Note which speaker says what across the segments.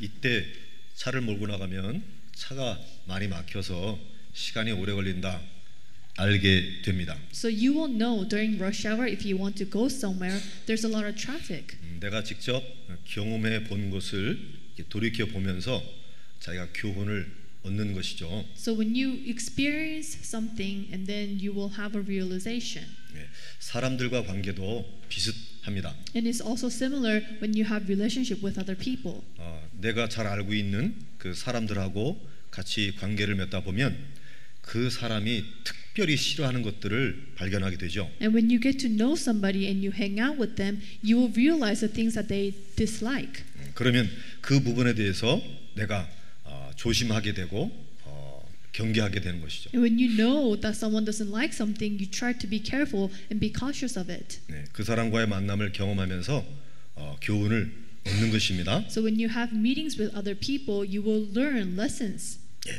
Speaker 1: 이때 차를 몰고 나가면 차가 많이 막혀서 시간이 오래 걸린다 알게 됩니다.
Speaker 2: So you will know during rush hour if you want to go somewhere, there's a lot of traffic.
Speaker 1: 음, 내가 직접 경험해 본 것을 돌이켜 보면서 자기가 교훈을 얻는 것이죠.
Speaker 2: So when you experience something and then you will have a realization.
Speaker 1: 예, 사람들과 관계도 비슷합니다.
Speaker 2: And it's also similar when you have relationship with other people.
Speaker 1: 어, 내가 잘 알고 있는 그 사람들하고 같이 관계를 맺다 보면 그 사람이 특별히 싫어하는 것들을 발견하게 되죠.
Speaker 2: And when you get to know somebody and you hang out with them, you will realize the things that they dislike.
Speaker 1: 음, 그러면 그 부분에 대해서 내가 어, 조심하게 되고 어, 경계하게 되는 것이죠.
Speaker 2: And when you know that someone doesn't like something, you try to be careful and be cautious of it.
Speaker 1: 네, 그 사람과의 만남을 경험하면서 어, 교훈을 얻는 것입니다.
Speaker 2: So when you have meetings with other people, you will learn lessons.
Speaker 1: 예,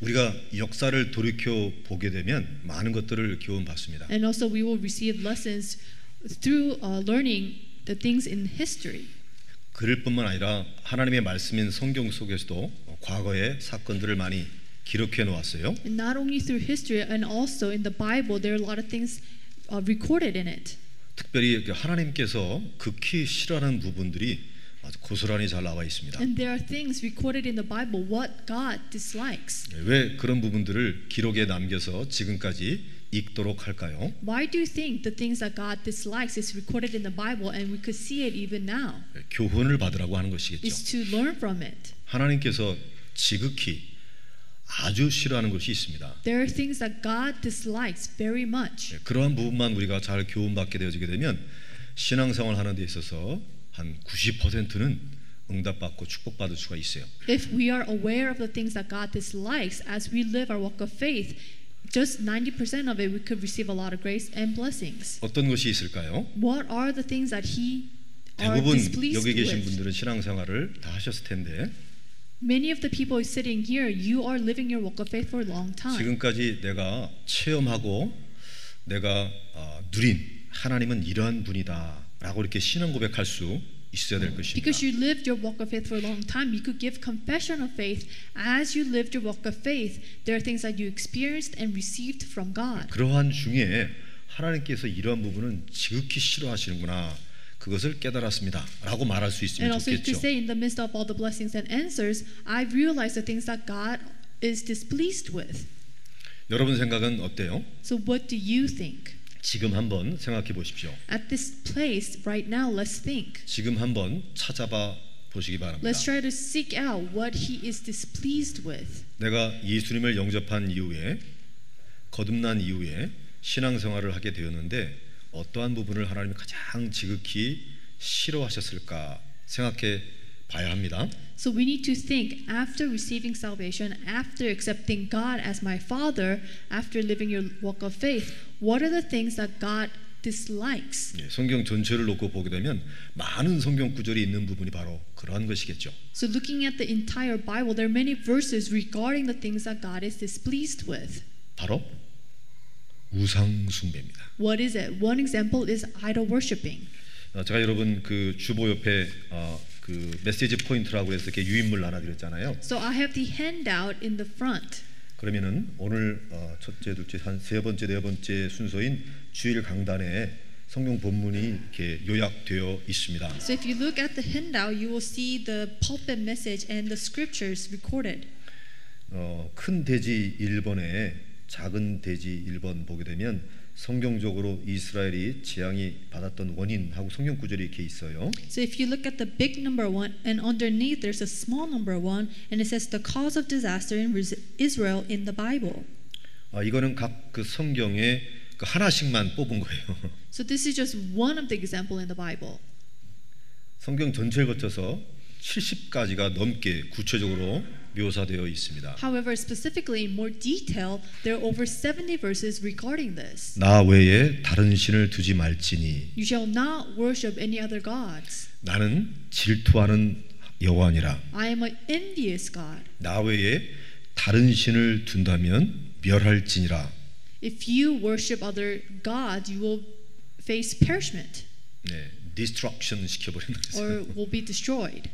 Speaker 1: 우리가 역사를 돌이켜 보게 되면 많은 것들을 교훈받습니다.
Speaker 2: And also, we will receive lessons through uh, learning the things in history.
Speaker 1: 그럴뿐만 아니라 하나님의 말씀인 성경 속에서도 어, 과거의 사건들을 많이 기록해 놓았어요.
Speaker 2: And not only through history, and also in the Bible, there are a lot of things uh, recorded in it.
Speaker 1: 특별히 그 하나님께서 극히 싫어하는 부분들이 아주 고스란히 잘 나와 있습니다.
Speaker 2: And there are things recorded in the Bible what God dislikes.
Speaker 1: 예, 왜 그런 부분들을 기록에 남겨서 지금까지 읽도록 할까요?
Speaker 2: Why do you think the things that God dislikes is recorded in the Bible and we could see it even now?
Speaker 1: 예, 교훈을 받으라고 하는 것이겠죠.
Speaker 2: It's to learn from it.
Speaker 1: 하나님께서 지극히 아주 싫어하는 것이 있습니다.
Speaker 2: There are things that God dislikes very much.
Speaker 1: 예, 그러한 부분만 우리가 잘 교훈받게 되어지게 되면 신앙생활 하는 데 있어서 한 90%는 응답받고 축복받을 수가 있어요.
Speaker 2: If we are aware of the things that God dislikes as we live our walk of faith, just 90% of it we could receive a lot of grace and blessings.
Speaker 1: 어떤 것이 있을까요?
Speaker 2: What are the things that He are
Speaker 1: 대부분
Speaker 2: displeased
Speaker 1: 여기 계신
Speaker 2: with?
Speaker 1: 분들은 신앙생활을 다 하셨을 텐데
Speaker 2: Many of the people sitting here, you are living your walk of faith for a long time.
Speaker 1: 지금까지 내가 체험하고 내가 어, 누린 하나님은 이러한 분이다라고 이렇게 신앙 고백할 수 있어야 될 것입니다.
Speaker 2: Because you lived your walk of faith for a long time, you could give confession of faith. As you lived your walk of faith, there are things that you experienced and received from God.
Speaker 1: 그러한 중에 하나님께서 이러한 부분은 지극히 싫어하시는구나 그것을 깨달았습니다라고 말할 수
Speaker 2: And
Speaker 1: 있으면
Speaker 2: also, you could
Speaker 1: 좋겠죠.
Speaker 2: say, in the midst of all the blessings and answers, I realized the things that God is displeased with.
Speaker 1: 여러분 생각은 어때요?
Speaker 2: So, what do you think?
Speaker 1: 지금 한번 생각해 보십시오.
Speaker 2: At this place right now, let's think.
Speaker 1: 지금 한번 찾아봐 보시기 바랍니다.
Speaker 2: Let's try to seek out what He is displeased with.
Speaker 1: 내가 예수님을 영접한 이후에 거듭난 이후에 신앙생활을 하게 되었는데 어떠한 부분을 하나님이 가장 지극히 싫어하셨을까 생각해 봐야 합니다.
Speaker 2: So, we need to think after receiving salvation, after accepting God as my Father, after living your walk of faith, what are the things that God dislikes?
Speaker 1: 예, 성경 전체를 놓고 보게 되면 많은 성경 구절이 있는 부분이 바로 그러한 것이겠죠.
Speaker 2: So, looking at the entire Bible, there are many verses regarding the things that God is displeased with.
Speaker 1: 바로 우상 숭배입니다.
Speaker 2: What is it? One example is idol worshiping.
Speaker 1: 어, 제가 여러분 그 주보 옆에 어, 그 메시지 포인트라고 해서 이렇게 유인물 하나 드렸잖아요.
Speaker 2: So I have the handout in the front.
Speaker 1: 그러면은 오늘 어, 첫째, 둘째, 한 세 번째, 네 번째 순서인 주일 강단에 성경 본문이 이렇게 요약되어 있습니다.
Speaker 2: So if you look at the handout, you will see the pulpit message and the scriptures recorded.
Speaker 1: 어, 큰 돼지 1번에 작은 돼지 1번 보게 되면 성경적으로 이스라엘이 재앙이 받았던 원인하고 성경 구절이 이렇게 있어요.
Speaker 2: So if you look at the big number one, and underneath there's a small number one, and it says the cause of disaster in Ris- Israel in the Bible.
Speaker 1: 아, 이거는 각 그 성경에 그 하나씩만 뽑은 거예요.
Speaker 2: So this is just one of the example in the Bible.
Speaker 1: 성경 전체를 거쳐서 70가지가 넘게 구체적으로 묘사되어 있습니다.
Speaker 2: However, specifically in more detail, there are over 70 verses regarding this.
Speaker 1: 나 외에 다른 신을 두지 말지니
Speaker 2: You shall not worship any other gods.
Speaker 1: 나는 질투하는 여호와니라
Speaker 2: I am an envious God.
Speaker 1: 나 외에 다른 신을 둔다면 멸할지니라
Speaker 2: If you worship other gods, you will face perishment
Speaker 1: 네, 디스트럭션 시켜버리는 거죠
Speaker 2: or will be destroyed.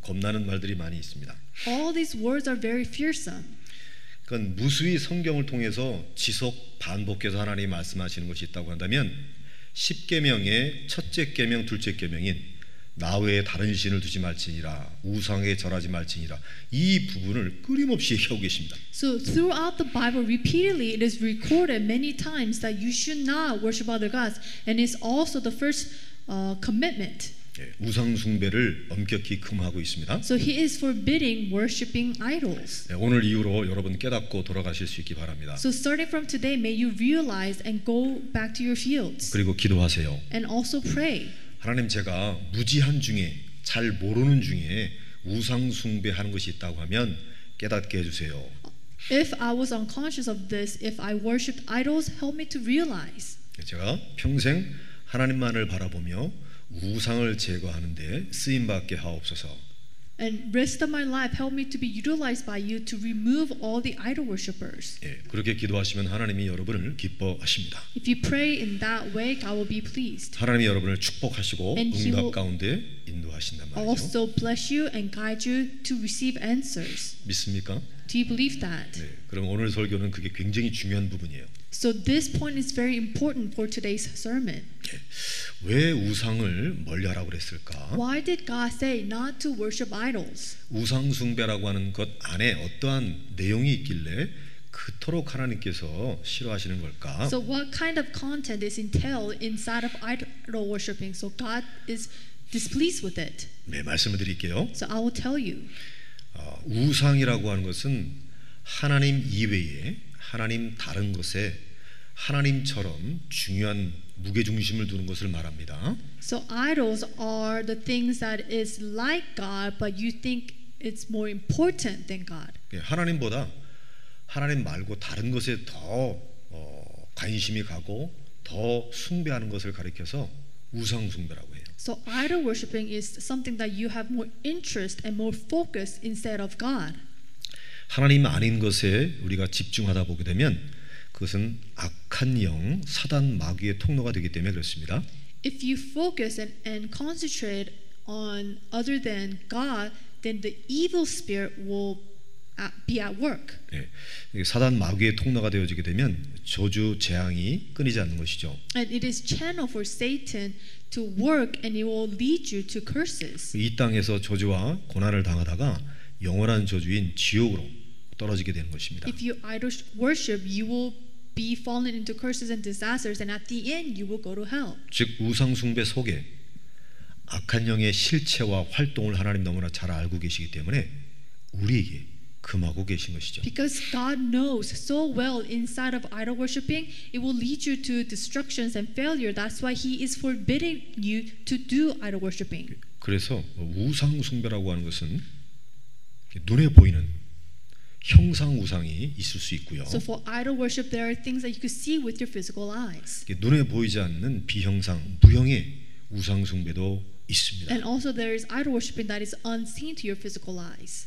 Speaker 1: 겁나는 말들이 많이 있습니다.
Speaker 2: All these words are very fearsome.
Speaker 1: 그러니까 무수히 성경을 통해서 지속 반복해서 하나님이 말씀하시는 것이 있다고 한다면 10계명의 첫째 계명, 둘째 계명인 나 외에 다른 신을 두지 말지니라 우상에 절하지 말지니라 이 부분을 끊임없이 얘기하고 계십니다.
Speaker 2: So throughout the Bible, repeatedly it is recorded many times that you should not worship other gods, and it's also the first uh, commitment.
Speaker 1: 예, 우상 숭배를 엄격히 금하고 있습니다.
Speaker 2: So he is forbidding worshiping idols.
Speaker 1: 예, 오늘 이후로 여러분 깨닫고 돌아가실 수 있기 바랍니다.
Speaker 2: So starting from today, may you realize and go back to your fields
Speaker 1: 그리고 기도하세요.
Speaker 2: and also pray.
Speaker 1: 하나님 제가 무지한 중에 잘 모르는 중에 우상 숭배하는 것이 있다고 하면 깨닫게 해주세요.
Speaker 2: If I was unconscious of this, if I worshiped idols, help me to realize.
Speaker 1: 예, 제가 평생 하나님만을 바라보며 우상을 제거하는데 쓰임 받게 하옵소서.
Speaker 2: And rest of my life, help me to be utilized by you to remove all the idol worshippers.
Speaker 1: 예, 그렇게 기도하시면 하나님이 여러분을 기뻐하십니다.
Speaker 2: If you pray in that way, God will be pleased.
Speaker 1: 하나님이 여러분을 축복하시고
Speaker 2: And he
Speaker 1: 응답
Speaker 2: will-
Speaker 1: 가운데 인도하신단 말이죠.
Speaker 2: Also bless you and guide you to receive answers.
Speaker 1: 믿습니까?
Speaker 2: Do you believe that?
Speaker 1: 네. 그럼 오늘 설교는 그게 굉장히 중요한 부분이에요.
Speaker 2: So this point is very important for today's sermon.
Speaker 1: 예. 왜 우상을 멀리하라고 그랬을까?
Speaker 2: Why did God say not to worship idols?
Speaker 1: 우상 숭배라고 하는 것 안에 어떠한 내용이 있길래 그토록 하나님께서 싫어하시는 걸까?
Speaker 2: So what kind of content is entailed inside of idol worshiping? So God is displeased with it.
Speaker 1: 네, 말씀을 드릴게요.
Speaker 2: So I will tell you.
Speaker 1: 어, 우상이라고 하는 것은 하나님 이외에 하나님 다른 것에 하나님처럼 중요한 무게 중심을 두는 것을 말합니다.
Speaker 2: So idols are the things that is like God, but you think it's more important than God.
Speaker 1: 예, 하나님보다 하나님 말고 다른 것에 더 어, 관심이 가고 더 숭배하는 것을 가리켜서 우상 숭배라고 해요.
Speaker 2: So idol worshiping is something that you have more interest and more focus instead of God.
Speaker 1: 하나님 아닌 것에 우리가 집중하다 보게 되면 그것은 악한 영 사단 마귀의 통로가 되기 때문에 그렇습니다.
Speaker 2: If you focus and, and concentrate on other than God, then the evil spirit will at, be at work.
Speaker 1: 예, 이게 사단 마귀의 통로가 되어지게 되면 저주 재앙이 끊이지 않는 것이죠.
Speaker 2: And it is channel for Satan to work and it will lead you to curses.
Speaker 1: 이 땅에서 저주와 고난을 당하다가 영원한 저주인 지옥으로 떨어지게 되는 것입니다.
Speaker 2: If you idol worship, you will be fallen into curses and disasters, and at the end, you will go to hell.
Speaker 1: 즉 우상 숭배 속에 악한 영의 실체와 활동을 하나님 너무나 잘 알고 계시기 때문에 우리에게 금하고 계신 것이죠.
Speaker 2: Because God knows so well inside of idol worshiping, it will lead you to destructions and failure. That's why He is forbidding you to do idol worshiping.
Speaker 1: 그래서 우상 숭배라고 하는 것은 눈에 보이는 형상 우상이 있을 수 있고요.
Speaker 2: So for idol worship, there are things that you could see with your physical eyes.
Speaker 1: 이렇게 눈에 보이지 않는 비형상 무형의 우상 숭배도 있습니다.
Speaker 2: And also, there is idol worshiping that is unseen to your physical eyes.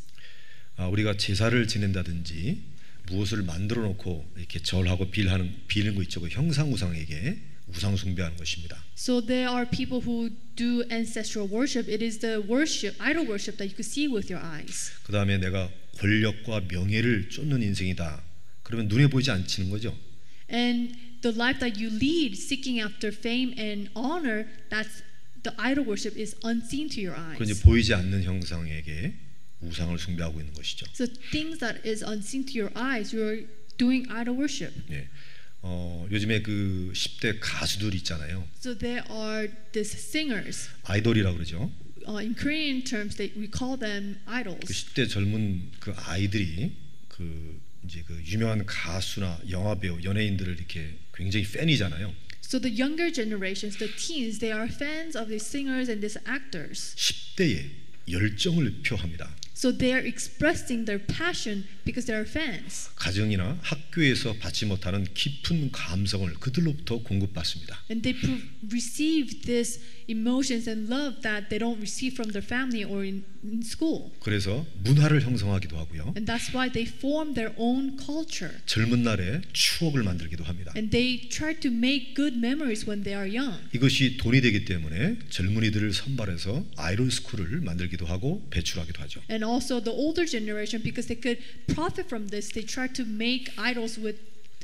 Speaker 1: 아, 우리가 제사를 지낸다든지 무엇을 만들어 놓고 이렇게 절하고 빌하는 빌는 거 있죠. 그 형상 우상에게 우상 숭배하는 것입니다.
Speaker 2: So there are people who do ancestral worship. It is the worship, idol worship that you could see with your eyes.
Speaker 1: 그 다음에 내가 권력과 명예를 쫓는 인생이다. 그러면 눈에 보이지 않치는 거죠.
Speaker 2: And the life that you lead, seeking after fame and honor, that's the idol worship is unseen to your
Speaker 1: 그건 이제
Speaker 2: eyes.
Speaker 1: 보이지 않는 형상에게 우상을 숭배하고 있는 것이죠.
Speaker 2: So things that is unseen to your eyes, you're doing idol worship.
Speaker 1: 예. 어, 요즘에 그 10대 가수들 있잖아요.
Speaker 2: So there are these singers.
Speaker 1: 아이돌이라고 그러죠.
Speaker 2: Uh, in Korean terms, they, we call them
Speaker 1: 그
Speaker 2: idols.
Speaker 1: 10대 젊은 그 아이들이 그 이제 그 유명한 가수나 영화 배우, 연예인들을 이렇게 굉장히 팬이잖아요.
Speaker 2: So the younger generations, the teens, they are fans of these singers and these actors.
Speaker 1: 10대에 열정을 표합니다.
Speaker 2: So they are expressing their passion because they are fans.
Speaker 1: 가정이나 학교에서 받지 못하는 깊은 감성을 그들로부터 공급받습니다.
Speaker 2: And they pro- receive this emotions and love that they don't receive from their family or in in school.
Speaker 1: 그래서 문화를 형성하기도 하고요.
Speaker 2: And that's why they form their own culture.
Speaker 1: 젊은 날에 추억을 만들기도 합니다.
Speaker 2: And they try to make good memories when they are young.
Speaker 1: 이것이 돈이 되기 때문에 젊은이들을 선발해서 아이돌 스쿨을 만들기도 하고 배출하기도 하죠.
Speaker 2: And also the older generation, because they could profit from this, they try to make idols with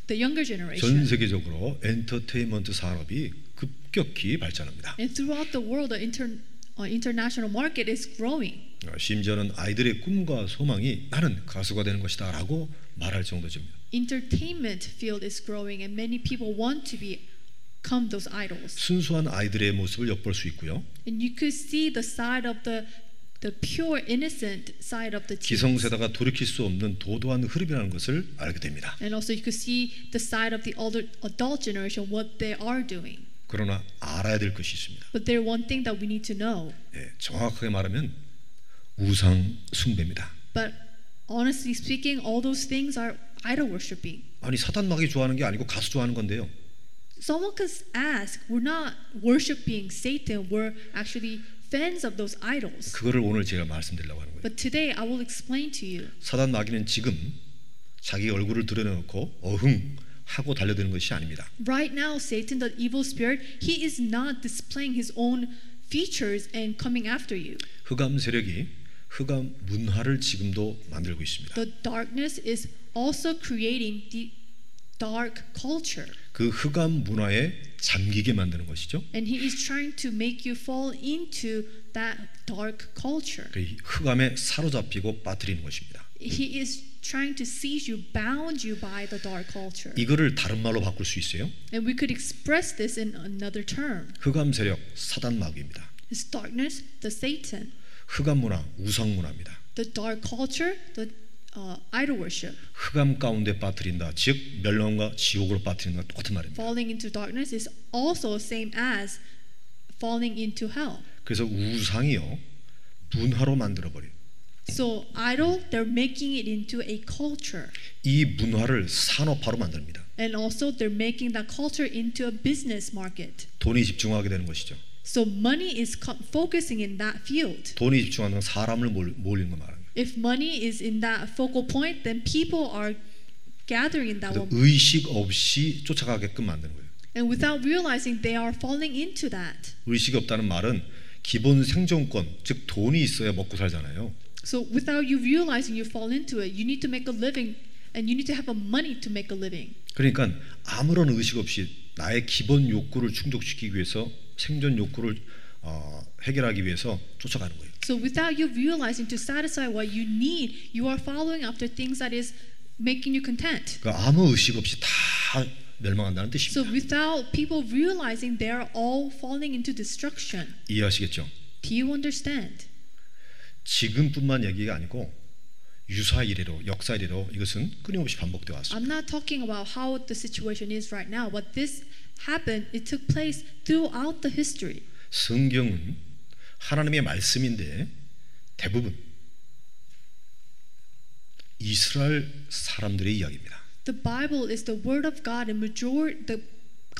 Speaker 2: the younger
Speaker 1: 전
Speaker 2: generation.
Speaker 1: 세계적으로 엔터테인먼트 산업이 급격히 발전합니다.
Speaker 2: And throughout the world, the inter- uh, international market is growing.
Speaker 1: 어, 심지어는 아이들의 꿈과 소망이 나는 가수가 되는 것이다라고 말할 정도입니다.
Speaker 2: Entertainment field is growing, and many people want to become those idols.
Speaker 1: 순수한 아이들의 모습을 엿볼 수 있고요.
Speaker 2: And you could see the side of the the pure innocent side of the teens.
Speaker 1: 기성세대가 돌이킬 수 없는 도도한 흐름이라는 것을 알게 됩니다.
Speaker 2: And also you could see the side of the older adult generation what they are doing.
Speaker 1: 그러나 알아야 될 것이 있습니다.
Speaker 2: But there's one thing that we need to know.
Speaker 1: 예, 정확하게 말하면 우상 숭배입니다.
Speaker 2: But honestly speaking, all those things are idol worshiping.
Speaker 1: 아니 사단 마귀 좋아하는 게 아니고 가수 좋아하는 건데요.
Speaker 2: Someone could ask, we're not worshiping Satan, we're actually fans of those idols.
Speaker 1: 그거를 오늘 제가 말씀드리려고 하는 거예요.
Speaker 2: But today I will explain to you.
Speaker 1: 사단 마귀는 지금 자기 얼굴을 드러내놓고 어흥 하고 달려드는 것이 아닙니다.
Speaker 2: Right now, Satan, the evil spirit, he is not displaying his own features and coming after you.
Speaker 1: 흑암 세력이 흑암 문화를 지금도 만들고 있습니다.
Speaker 2: The darkness is also creating the dark culture.
Speaker 1: 그 흑암 문화에 잠기게 만드는 것이죠.
Speaker 2: And he is trying to make you fall into that dark culture.
Speaker 1: 그 흑암에 사로잡히고 빠뜨리는 것입니다.
Speaker 2: He is trying to seize you, bound you by the dark culture.
Speaker 1: 이거를 다른 말로 바꿀 수 있어요.
Speaker 2: And we could express this in another term.
Speaker 1: 흑암 세력 사단 마귀입니다.
Speaker 2: It's darkness, the Satan.
Speaker 1: 흑암 문화 우상 문화입니다.
Speaker 2: The dark culture, the uh, idol worship.
Speaker 1: 흑암 가운데 빠뜨린다. 즉 멸망과 지옥으로 빠뜨린다. 똑같은 말입니다.
Speaker 2: Falling into darkness is also same as falling into hell.
Speaker 1: 그래서 우상이요 문화로 만들어 버려.
Speaker 2: So idol, they're making it into a culture.
Speaker 1: 이 문화를 산업화로 만듭니다.
Speaker 2: And also they're making that culture into a business market.
Speaker 1: 돈이 집중하게 되는 것이죠.
Speaker 2: So money is co- focusing in that field.
Speaker 1: 돈이 집중하는 건 사람을 몰- 몰리는 거 말합니다.
Speaker 2: If money is in that focal point, then people are gathering in that
Speaker 1: 그래서
Speaker 2: one.
Speaker 1: 의식 없이 쫓아가게끔 만드는 거예요.
Speaker 2: And without realizing, they are falling into that.
Speaker 1: 의식이 없다는 말은 기본 생존권, 즉 돈이 있어야 먹고 살잖아요.
Speaker 2: So without you realizing you fall into it, you need to make a living and you need to have a money to make a living.
Speaker 1: 그러니까 아무런 의식 없이 나의 기본 욕구를 충족시키기 위해서 생존 욕구를 어, 해결하기 위해서 쫓아가는 거예요.
Speaker 2: So without you realizing to satisfy what you need, you are following after things that is making you content.
Speaker 1: 그러니까 아무 의식 없이 다 멸망한다는 뜻입니다.
Speaker 2: So without people realizing, they are all falling into destruction.
Speaker 1: 이해하시겠죠?
Speaker 2: Do you understand?
Speaker 1: 지금뿐만 얘기가 아니고 유사 이래로 역사 이래로 이것은 끊임없이 반복돼 왔습니다.
Speaker 2: I'm not talking about how the situation is right now, but this happened, it took place throughout the history.
Speaker 1: 성경은 하나님의 말씀인데 대부분 이스라엘 사람들의 이야기입니다.
Speaker 2: The Bible is the word of God, and major the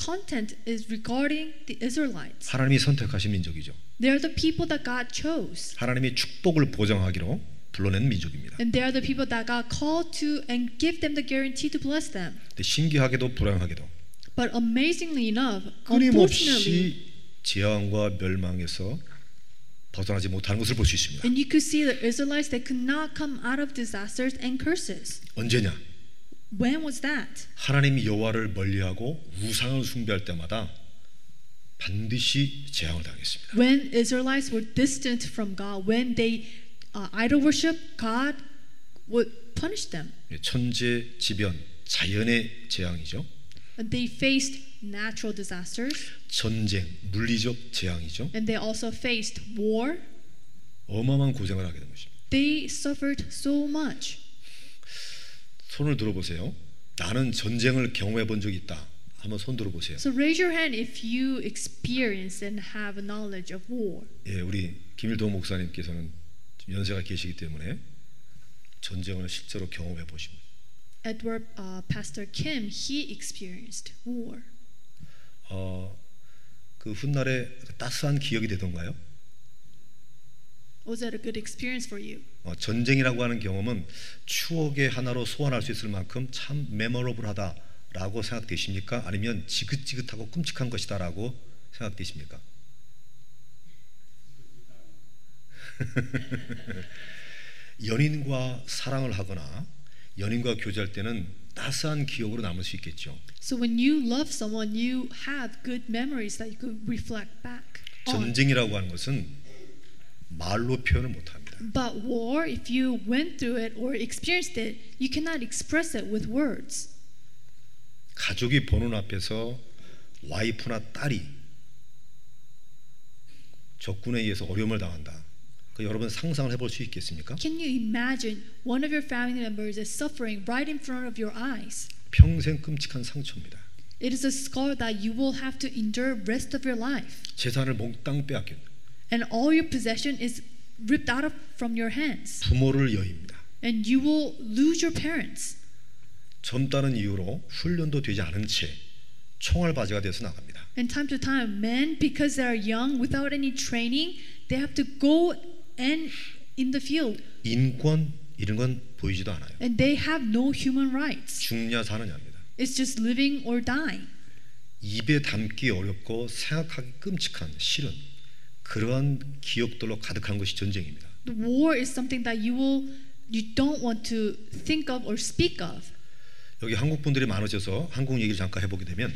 Speaker 2: content is regarding the Israelites.
Speaker 1: 하나님이 선택하신 민족이죠.
Speaker 2: They are the people that God chose,
Speaker 1: 하나님이 축복을 보장하기로 불러낸 민족입니다.
Speaker 2: and they are the people that God called to and give them the guarantee to bless them.
Speaker 1: 근데 신기하게도 불행하게도
Speaker 2: But amazingly enough, unfortunately,
Speaker 1: 끊임없이 재앙과 멸망에서 벗어나지 못하는 것을 볼 수 있습니다.
Speaker 2: and you could see the Israelites they could not come out of disasters and curses.
Speaker 1: 언제냐?
Speaker 2: When was that?
Speaker 1: 하나님 여호와를 멀리하고 우상을 숭배할 때마다 반드시 재앙을 당했습니다.
Speaker 2: when Israelites were distant from God, when they uh, idol worship, God would punish them.
Speaker 1: 예, 천재 지변 자연의 재앙이죠.
Speaker 2: And they faced natural disasters,
Speaker 1: 전쟁 물리적 재앙이죠.
Speaker 2: and they also faced war.
Speaker 1: 어마어마한 고생을 하게 된 것입니다.
Speaker 2: They suffered so much.
Speaker 1: 손을 들어보세요. 나는 전쟁을 경험해 본 적이 있다. 한번 손 들어보세요.
Speaker 2: So raise your hand if you experience and have knowledge of war.
Speaker 1: 예, 우리 김일동 목사님께서는 연세가 계시기 때문에 전쟁을 실제로 경험해 보십니다.
Speaker 2: Edward uh, Pastor Kim, he experienced war.
Speaker 1: 그 어, 그 훗날에 따스한 기억이 되던가요?
Speaker 2: Was that a good experience for you?
Speaker 1: 어, 전쟁이라고 하는 경험은 추억의 하나로 소환할 수 있을 만큼 참 메모러블하다라고 생각되십니까? 아니면 지긋지긋하고 끔찍한 것이다라고 생각되십니까? 연인과 사랑을 하거나 연인과 교제할 때는 따스한 기억으로 남을 수 있겠죠.
Speaker 2: So when you love someone, you have good memories that you could reflect back on.
Speaker 1: 전쟁이라고 하는 것은 말로 표현을 못합니다.
Speaker 2: But war, if you went through it or experienced it, you cannot express it with words.
Speaker 1: 가족이 보는 앞에서 와이프나 딸이 적군에 의해서 어려움을 당한다. 그 여러분 상상을 해볼 수 있겠습니까?
Speaker 2: Can you imagine one of your family members is suffering right in front of your eyes?
Speaker 1: 평생 끔찍한 상처입니다.
Speaker 2: It is a scar that you will have to endure rest of your life,
Speaker 1: 재산을 몽땅 빼앗겨
Speaker 2: and all your possession is ripped out of from your hands,
Speaker 1: 부모를 여입니다.
Speaker 2: and you will lose your parents.
Speaker 1: 젊다는 이유로 훈련도 되지 않은 채 총알 바지가 돼서 나갑니다.
Speaker 2: And time to time, men, because they are young without any training, they have to go and in the field,
Speaker 1: 인권 이런 건 보이지도 않아요.
Speaker 2: and they have no human rights.
Speaker 1: 죽냐 사느냐입니다.
Speaker 2: It's just living or dying.
Speaker 1: 입에 담기 어렵고 생각하기 끔찍한 실은 그러한 기억들로 가득한 것이 전쟁입니다.
Speaker 2: The war is something that you will you don't want to think of or speak of.
Speaker 1: 여기 한국 분들이 많으셔서 한국 얘기를 잠깐 해보게 되면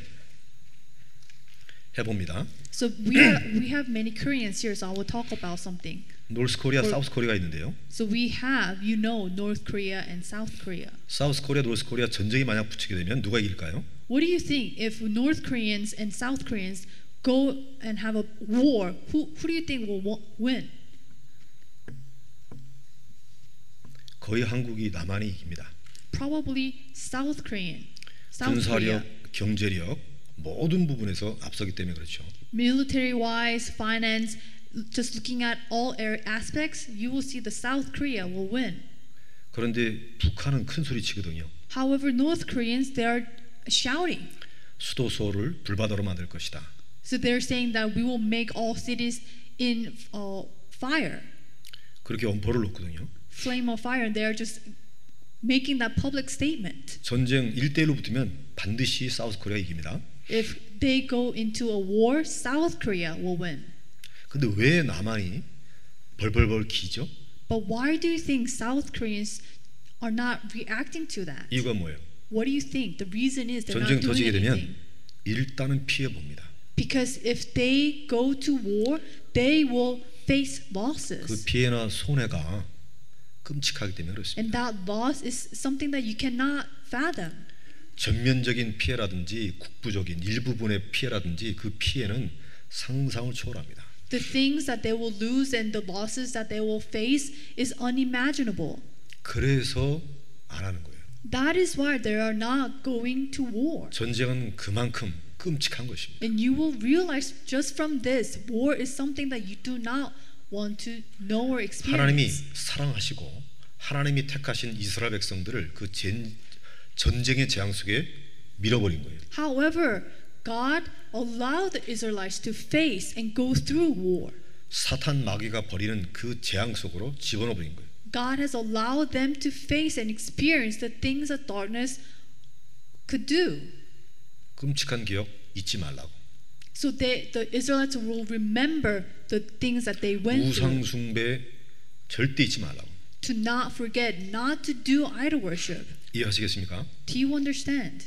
Speaker 1: 해봅니다.
Speaker 2: So we have, we have many Koreans here, so I will talk about something.
Speaker 1: 노스 코리아,
Speaker 2: 뭘-
Speaker 1: 사우스 코리아가 있는데요.
Speaker 2: So we have, you know, North Korea and South Korea.
Speaker 1: 사우스 코리아, 노스 코리아 전쟁이 만약 붙이게 되면 누가 이길까요?
Speaker 2: What do you think if North Koreans and South Koreans go and have a war? Who who do you think will wa- win?
Speaker 1: 거의 한국이 남한이 이깁니다.
Speaker 2: Probably South Korean. South Korea.
Speaker 1: 군사력, 경제력 모든 부분에서 앞서기 때문에 그렇죠.
Speaker 2: Military wise, finance, just looking at all air aspects, you will see the South Korea will win.
Speaker 1: 그런데 북한은 큰 소리 치거든요.
Speaker 2: However, North Koreans they are shouting.
Speaker 1: 수도 서울을 불바다로 만들 것이다.
Speaker 2: So they're saying that we will make all cities in uh, fire,
Speaker 1: 그렇게 엄포를 놓거든요.
Speaker 2: flame of fire, and they're just making that public statement.
Speaker 1: 전쟁 1대1로 붙으면 반드시 사우스 코리아가 이깁니다.
Speaker 2: If they go into a war, South Korea will win.
Speaker 1: 근데 왜 남한이 벌벌벌 기죠?
Speaker 2: But why do you think South Koreans are not reacting to that?
Speaker 1: 이유가 뭐예요?
Speaker 2: What do you think? The reason is they're
Speaker 1: 전쟁
Speaker 2: not doing
Speaker 1: 터지게
Speaker 2: anything.
Speaker 1: 되면 일단은 피해 봅니다.
Speaker 2: Because if they go to war, they will face
Speaker 1: 그
Speaker 2: losses.
Speaker 1: 피해나 손해가 끔찍하기 때문에 그렇습니다.
Speaker 2: And that loss is something that you cannot fathom.
Speaker 1: 전면적인 피해라든지 국부적인 일부분의 피해라든지 그 피해는 상상을 초월합니다.
Speaker 2: The things that they will lose and the losses that they will face is unimaginable.
Speaker 1: 그래서 안 하는 거예요.
Speaker 2: That is why they are not going to war.
Speaker 1: 전쟁은 그만큼 끔찍한 것입니다.
Speaker 2: And you will realize just from this, war is something that you do not want to know or
Speaker 1: 하나님이
Speaker 2: experience.
Speaker 1: 사랑하시고 하나님이 택하신 이스라엘 백성들을 그 젠- 전쟁의 재앙 속에 밀어버린 거예요.
Speaker 2: However, God allowed the Israelites to face and go through war.
Speaker 1: 사탄 마귀가 버리는 그 재앙 속으로 집어넣어버린 거예요.
Speaker 2: God has allowed them to face and experience the things that darkness could do.
Speaker 1: 끔찍한 기억 잊지 말라고.
Speaker 2: So they, the Israelites will remember the things that they went
Speaker 1: 우상
Speaker 2: through.
Speaker 1: 숭배 절대 잊지 말라고.
Speaker 2: To not forget, not to do idol worship.
Speaker 1: 이해하시겠습니까? 예.
Speaker 2: Do you understand?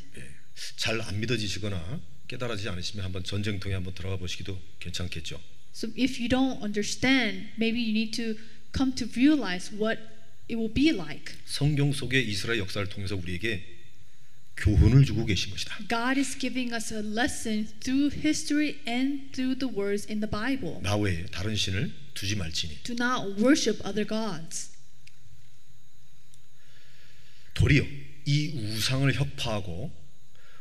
Speaker 1: 잘 안 믿어지시거나 깨달아지지 않으시면 한번 전쟁통에 한번 들어가 보시기도 괜찮겠죠.
Speaker 2: So if you don't understand, maybe you need to come to realize what it will be like.
Speaker 1: 성경 속의 이스라엘 역사를 통해서 우리에게 교훈을 주고 계신 것이다.
Speaker 2: God is giving us a lesson through history and through the words in the Bible.
Speaker 1: 나 외에 다른 신을 두지 말지니
Speaker 2: Do not worship other gods.
Speaker 1: 도리어 이 우상을 협파하고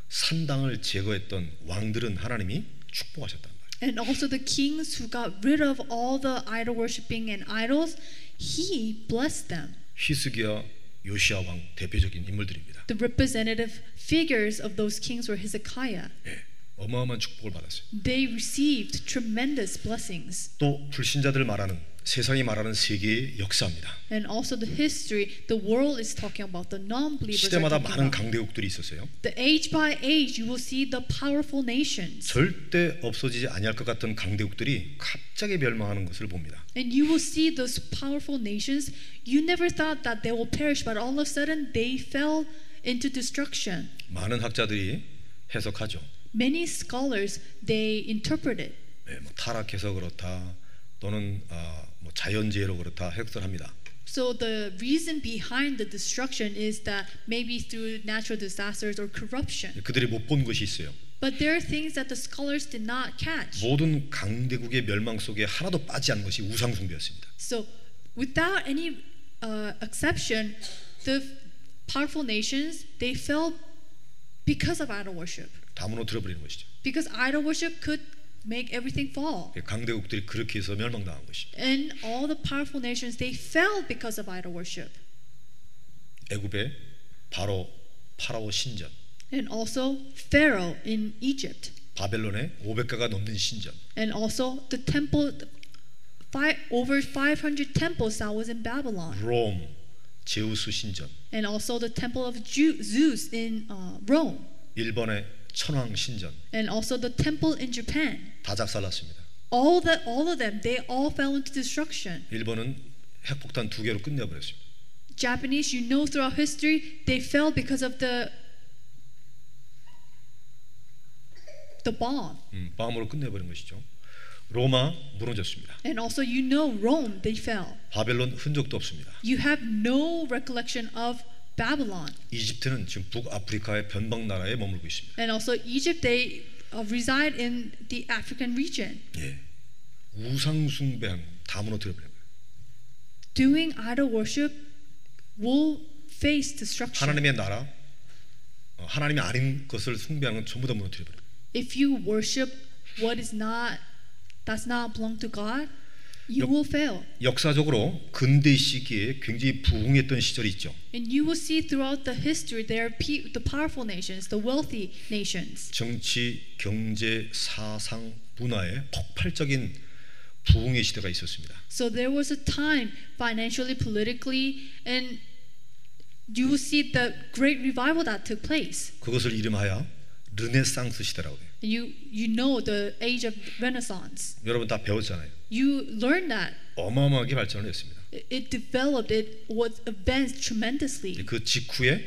Speaker 1: 산당을 제거했던 왕들은 하나님이 축복하셨단 말이에요.
Speaker 2: And also the kings who got rid of all the idol worshiping and idols, he blessed them.
Speaker 1: 히스기야 요시아 왕 대표적인 인물들입니다.
Speaker 2: The representative figures of those kings were Hezekiah.
Speaker 1: 예, 어마어마한 축복을 받았어요.
Speaker 2: They received tremendous blessings.
Speaker 1: 또 불신자들 말하는 세상이 말하는 세계의 역사입니다.
Speaker 2: and also the history the world is talking about the non-believers are
Speaker 1: 시대마다 많은
Speaker 2: talking about.
Speaker 1: 강대국들이 있었어요.
Speaker 2: the age by age you will see the powerful nations
Speaker 1: 절대 없어지지 아니할 것 같던 강대국들이 갑자기 멸망하는 것을 봅니다.
Speaker 2: and you will see those powerful nations you never thought that they will perish but all of a sudden they fell into destruction
Speaker 1: 많은 학자들이 해석하죠.
Speaker 2: many scholars they interpret it
Speaker 1: 예, 뭐 타락해서 그렇다 또는 아, 뭐 자연재해로 그렇다 해석을 합니다.
Speaker 2: so the reason behind the destruction is that maybe through natural disasters or corruption
Speaker 1: 그들이 못 본 것이 있어요.
Speaker 2: but there are things that the scholars did not catch
Speaker 1: 모든 강대국의 멸망 속에 하나도 빠지 않은 것이 우상 숭배였습니다.
Speaker 2: So, without any uh, exception, the powerful nations they fell because of idol worship.
Speaker 1: 다 무너뜨려 버리는 것이죠.
Speaker 2: Because idol worship could make everything fall,
Speaker 1: 강대국들이 그렇게 해서 멸망당한 것이죠.
Speaker 2: and all the powerful nations they fell because of idol worship,
Speaker 1: 애굽의 바로 파라오 신전,
Speaker 2: and also Pharaoh in Egypt,
Speaker 1: 바벨론의 500가가 넘는 신전,
Speaker 2: and also the temple. Five, over 500 temples that was in Babylon,
Speaker 1: 롬, 제우스 신전,
Speaker 2: and also the temple of Ju- Zeus in uh, Rome,
Speaker 1: 일본의 천황 신전
Speaker 2: and also the temple in Japan.
Speaker 1: 다 작살났습니다.
Speaker 2: all that all of them they all fell into destruction
Speaker 1: 일본은 핵폭탄 두 개로 끝내버렸습니다.
Speaker 2: japanese you know throughout history they fell because of the the bomb
Speaker 1: 음, 밤으로 끝내버린 것이죠. 로마 무너졌습니다.
Speaker 2: and also you know rome they fell
Speaker 1: 바벨론 흔적도 없습니다.
Speaker 2: you have no recollection of babylon
Speaker 1: 이집트는 지금 북아프리카의 변방 나라에 머물고 있습니다.
Speaker 2: and also egypt they uh, reside in the african region
Speaker 1: 예. 우상 숭배한 다 무너뜨려 버려요.
Speaker 2: doing idol worship will face destruction
Speaker 1: 하나님의 나라 어, 하나님이 아닌 것을 숭배하는 건 전부 다 무너뜨려 버려요.
Speaker 2: if you worship what is not that's not belong to god you
Speaker 1: Yup.
Speaker 2: will fail
Speaker 1: 역사적으로 근대 시기에 굉장히 부흥했던 시절이 있죠.
Speaker 2: And you will see throughout the history there are pe- the powerful nations, the wealthy nations.
Speaker 1: 정치, 경제, 사상, 문화에 폭발적인 부흥의 시대가 있었습니다.
Speaker 2: So there was a time financially, politically, and you will see the great revival that took place.
Speaker 1: 그것을 이름하여 르네상스 시대라고 해요.
Speaker 2: And you you know the age of Renaissance.
Speaker 1: 여러분 다 배웠잖아요.
Speaker 2: You learn that
Speaker 1: 어마어마하게 발전을 했습니다.
Speaker 2: it, it developed, it was advanced tremendously.
Speaker 1: 그 직후에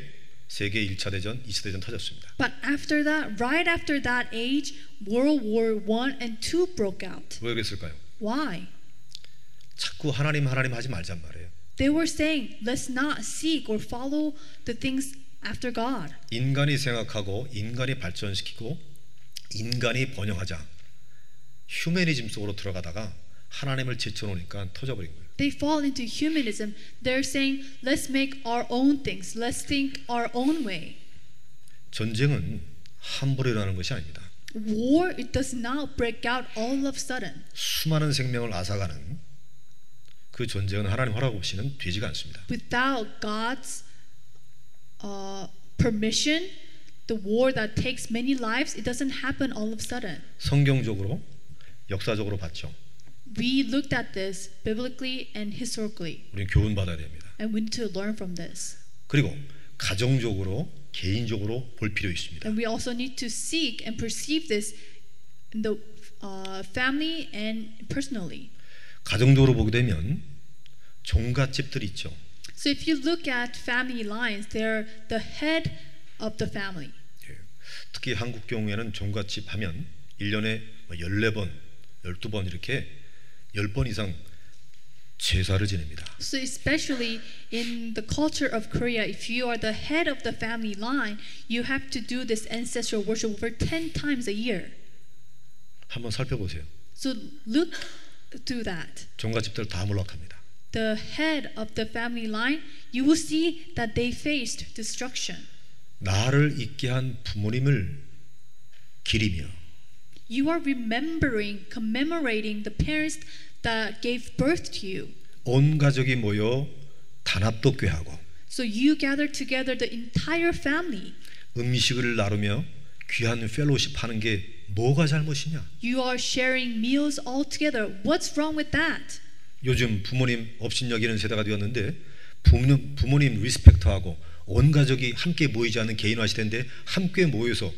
Speaker 1: 세계 1차 대전, 2차 대전 터졌습니다.
Speaker 2: But after that, right after that age, World War One and Two broke out.
Speaker 1: 왜 그랬을까요?
Speaker 2: Why?
Speaker 1: 자꾸 하나님 하나님 하지 말란 말이에요.
Speaker 2: They were saying, let's not seek or follow the things after God.
Speaker 1: 인간이 생각하고 인간이 발전시키고 인간이 번영하자 휴머니즘 속으로 들어가다가 하나님을 제쳐놓으니까 터져버린 거예요.
Speaker 2: They fall into humanism. They're saying, let's make our own things, let's think our own way.
Speaker 1: 전쟁은 함부로 일어나는 것이 아닙니다.
Speaker 2: War, it does not break out all of a sudden.
Speaker 1: 수많은 생명을 앗아가는 그 전쟁은 하나님 허락 없이는 되지가 않습니다.
Speaker 2: Without God's uh, permission, the war that takes many lives, it doesn't happen all of a sudden.
Speaker 1: 성경적으로 역사적으로 봤죠.
Speaker 2: We looked at this biblically and historically,
Speaker 1: 우리는 교훈 받아야 됩니다.
Speaker 2: and we need to learn from this.
Speaker 1: 그리고 가정적으로 개인적으로 볼 필요 있습니다.
Speaker 2: And we also need to seek and perceive this in the uh, family and personally.
Speaker 1: 가정적으로 보게 되면 종갓집들이 있죠.
Speaker 2: So if you look at family lines, they're the head of the family.
Speaker 1: 예. 특히 한국 경우에는 종갓집 하면 1년에 뭐 14번, 12번 이렇게 10번 이상 제사를 지냅니다.
Speaker 2: So especially in the culture of Korea, if you are the head of the family line, you have to do this ancestral worship over 10 times a year.
Speaker 1: 한번 살펴보세요.
Speaker 2: So look through that.
Speaker 1: 종갓집들 다 몰락합니다.
Speaker 2: The head of the family line, you will see that they faced destruction.
Speaker 1: 나를 있게 한 부모님을 기리며
Speaker 2: You are remembering, commemorating the parents that gave birth to you.
Speaker 1: 온 가족이 모여 단합도 꾀하고
Speaker 2: So you gather together the entire family.
Speaker 1: 음식을 나누며 귀한 펠로십 하는 게 뭐가 잘못이냐?
Speaker 2: You are sharing meals all together. What's wrong with that?
Speaker 1: 요즘 부모님 업신여기는 세대가 되었는데 부모님, 부모님 리스펙트하고 온 가족이 함께 모이지 않는 개인화 시대인데 함께 모여서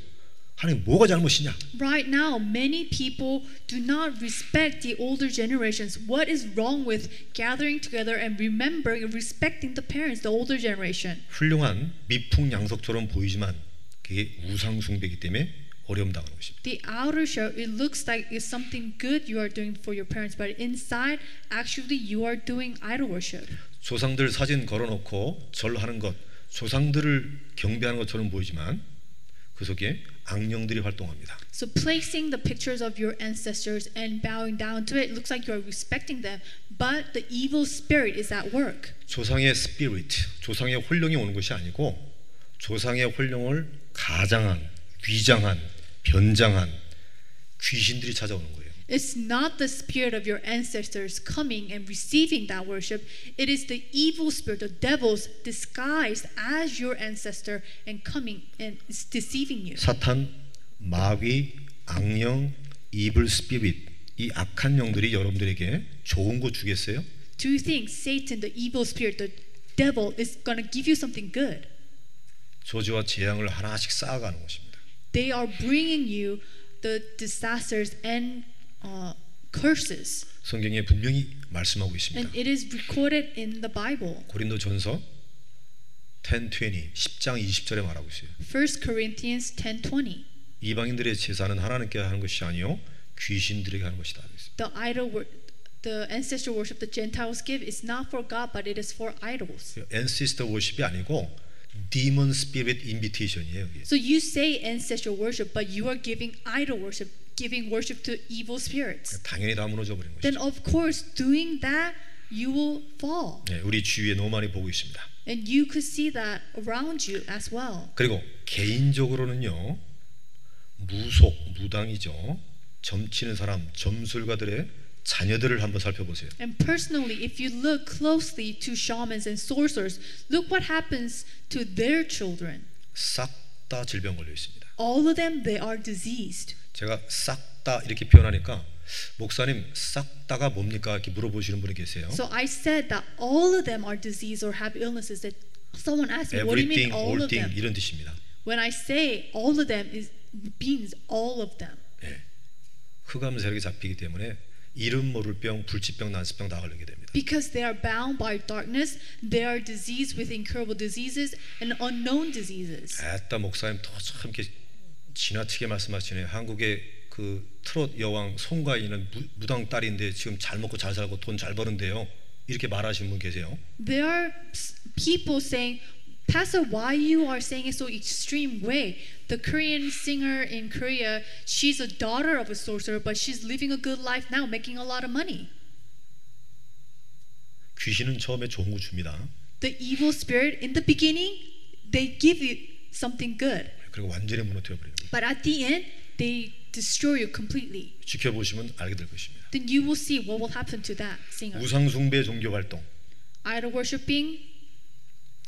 Speaker 1: 하나님 뭐가 잘못이냐?
Speaker 2: Right now, many people do not respect the older generations. What is wrong with gathering together and remembering and respecting the parents, the older generation?
Speaker 1: 훌륭한 미풍양석처럼 보이지만 그게 우상숭배이기 때문에 어려움 당하는 것입니다.
Speaker 2: The outer shell, it looks like it's something good you are doing for your parents, but inside, actually, you are doing idol worship.
Speaker 1: 조상들 사진 걸어놓고 절하는 것, 조상들을 경배하는 것처럼 보이지만 그 속에 악령들이 활동합니다.
Speaker 2: So, placing the pictures of your ancestors and bowing down to it looks like you are respecting them, but the evil spirit is at work.
Speaker 1: 조상의 스피릿, 조상의 혼령이 오는 것이 아니고 조상의 혼령을 가장한, 위장한, 변장한 귀신들이 찾아오는 거예요.
Speaker 2: It's not the spirit of your ancestors coming and receiving that worship. It is the evil spirit, the devils disguised as your ancestor and coming and is deceiving you.
Speaker 1: 사탄, 마귀, 악령, 이블 스피릿 이 악한 영들이 여러분들에게 좋은 거 주겠어요?
Speaker 2: Do you think Satan, the evil spirit, the devil, is going to give you something good?
Speaker 1: 저주와 재앙을 하나씩 쌓아가는 것입니다.
Speaker 2: They are bringing you the disasters and uh, curses.
Speaker 1: 성경에 분명히 말씀하고 있습니다.
Speaker 2: And it is recorded in the Bible.
Speaker 1: 고린도전서 10:20 10장 20절에 말하고 있어요.
Speaker 2: 1 Corinthians 10:20.
Speaker 1: 이방인들의 제사는 하나님께 하는 것이 아니요 귀신들에게 하는 것이다. 그랬어요.
Speaker 2: The idol wor- the ancestral worship the Gentiles give is not for God, but it is for idols.
Speaker 1: ancestor worship이 아니고 demon spirit invitation이에요. 이게.
Speaker 2: So you say ancestral worship, but you are giving idol worship, giving worship to evil spirits.
Speaker 1: 당연히 다 무너져 버린
Speaker 2: Then
Speaker 1: 것이죠.
Speaker 2: of course, doing that, you will fall.
Speaker 1: 네, 우리 주위에 너무 많이 보고 있습니다.
Speaker 2: And you could see that around you as well.
Speaker 1: 그리고 개인적으로는요 무속 무당이죠 점치는 사람 점술가들의 자녀들을 한번 살펴보세요.
Speaker 2: And personally, if you look closely to shamans and sorcerers, look what happens to their children.
Speaker 1: 싹 다 질병 걸려 있습니다.
Speaker 2: All of them, they are diseased.
Speaker 1: 제가 싹 다 이렇게 표현하니까 목사님 싹 다가 뭡니까 이렇게 물어보시는 분이 계세요.
Speaker 2: So I said that all of them are diseased or have illnesses. That someone asked me, what do you
Speaker 1: everything,
Speaker 2: mean all
Speaker 1: all
Speaker 2: of
Speaker 1: thing
Speaker 2: them?
Speaker 1: 이런 뜻입니다.
Speaker 2: When I say all of them, is means all of them.
Speaker 1: 흑암 세력에 잡히기 때문에 이름 모를 병, 불치병, 난치병 다 걸리게 됩니다.
Speaker 2: Because they are bound by darkness, they are diseased with incurable diseases and unknown diseases.
Speaker 1: 아따 목사님 또참 이렇게 지나치게 말씀하시네. 한국의 그 트롯 여왕 송가인은 무- 무당 딸인데 지금 잘 먹고 잘 살고 돈 잘 버는데요. 이렇게 말하시는 분 계세요.
Speaker 2: There are s- people saying, Pastor, why you are saying it so extreme way? The Korean singer in Korea, she's a daughter of a sorcerer, but she's living a good life now, making a lot of money.
Speaker 1: 귀신은 처음에 좋은 거 줍니다.
Speaker 2: the evil spirit in the beginning they give you something good
Speaker 1: 그리고 완전히 무너뜨려 버리는 거예요.
Speaker 2: but at the end they destroy you completely
Speaker 1: 지켜보시면 알게 될 것입니다.
Speaker 2: then you will see what will happen to that singer
Speaker 1: 우상 숭배 종교 활동,
Speaker 2: idol worshiping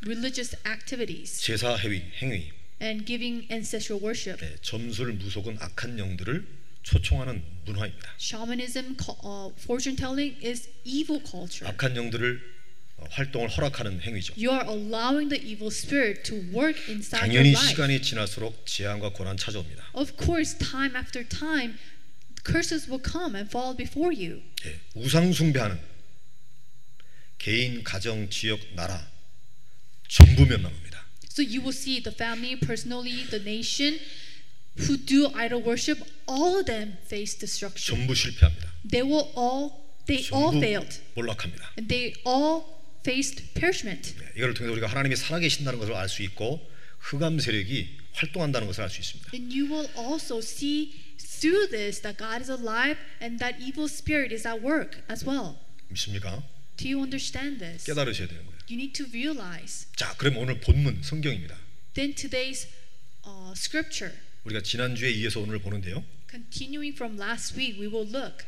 Speaker 2: religious activities
Speaker 1: 제사 해위, 행위,
Speaker 2: and giving ancestral worship
Speaker 1: 네, 점술 무속은 악한 영들을 초청하는 문화입니다.
Speaker 2: shamanism co- uh, fortune telling is evil culture
Speaker 1: 악한 영들을 어, 활동을 허락하는 행위죠.
Speaker 2: you are allowing the evil spirit to work inside your
Speaker 1: 당연히
Speaker 2: life
Speaker 1: 시간이 지날수록 재앙과 고난 찾아옵니다.
Speaker 2: of course time after time curses will come and fall before you
Speaker 1: 예, 우상 숭배하는 개인, 가정, 지역, 나라 전부 멸망합니다.
Speaker 2: So you will see the family, personally, the nation who do idol worship, all of them face destruction.
Speaker 1: 전부 실패합니다.
Speaker 2: They will all, they all
Speaker 1: 전부
Speaker 2: failed.
Speaker 1: 몰락합니다.
Speaker 2: And they all faced perishment.
Speaker 1: 예, 이걸 통해서 우리가 하나님이 살아계신다는 것을 알 수 있고 흑암 세력이 활동한다는 것을 알 수 있습니다.
Speaker 2: And you will also see through this that God is alive and that evil spirit is at work as well.
Speaker 1: 믿습니까?
Speaker 2: Do you understand this?
Speaker 1: 깨달으셔야 되는 거예요.
Speaker 2: You need to realize.
Speaker 1: 자, 그럼 오늘 본문 성경입니다.
Speaker 2: Then today's uh, scripture,
Speaker 1: 우리가 지난주에 이어서 오늘 보는데요.
Speaker 2: continuing from last week, we will look.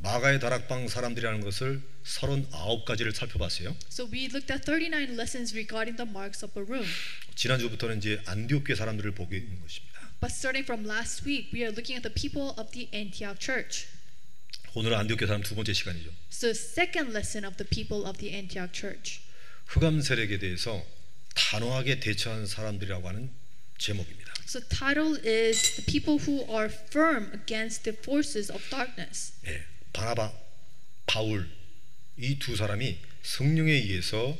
Speaker 1: 마가의 다락방 사람들이라는 것을 39가지를 살펴봤어요.
Speaker 2: So we looked at 39 lessons regarding the marks of a room.
Speaker 1: 지난주부터는 이제 안디옥계 사람들을 보게 된 것입니다.
Speaker 2: But starting from last week, we are looking at the people of the Antioch church.
Speaker 1: 오늘 안디옥 사람 두 번째 시간이죠.
Speaker 2: So, second lesson of the people of the Antioch church
Speaker 1: 흑암 세력에 대해서 단호하게 대처한 사람들이라고 하는 제목입니다.
Speaker 2: So title is the people who are firm against the forces of darkness.
Speaker 1: 예, 바나바, 바울 이 두 사람이 성령에 의해서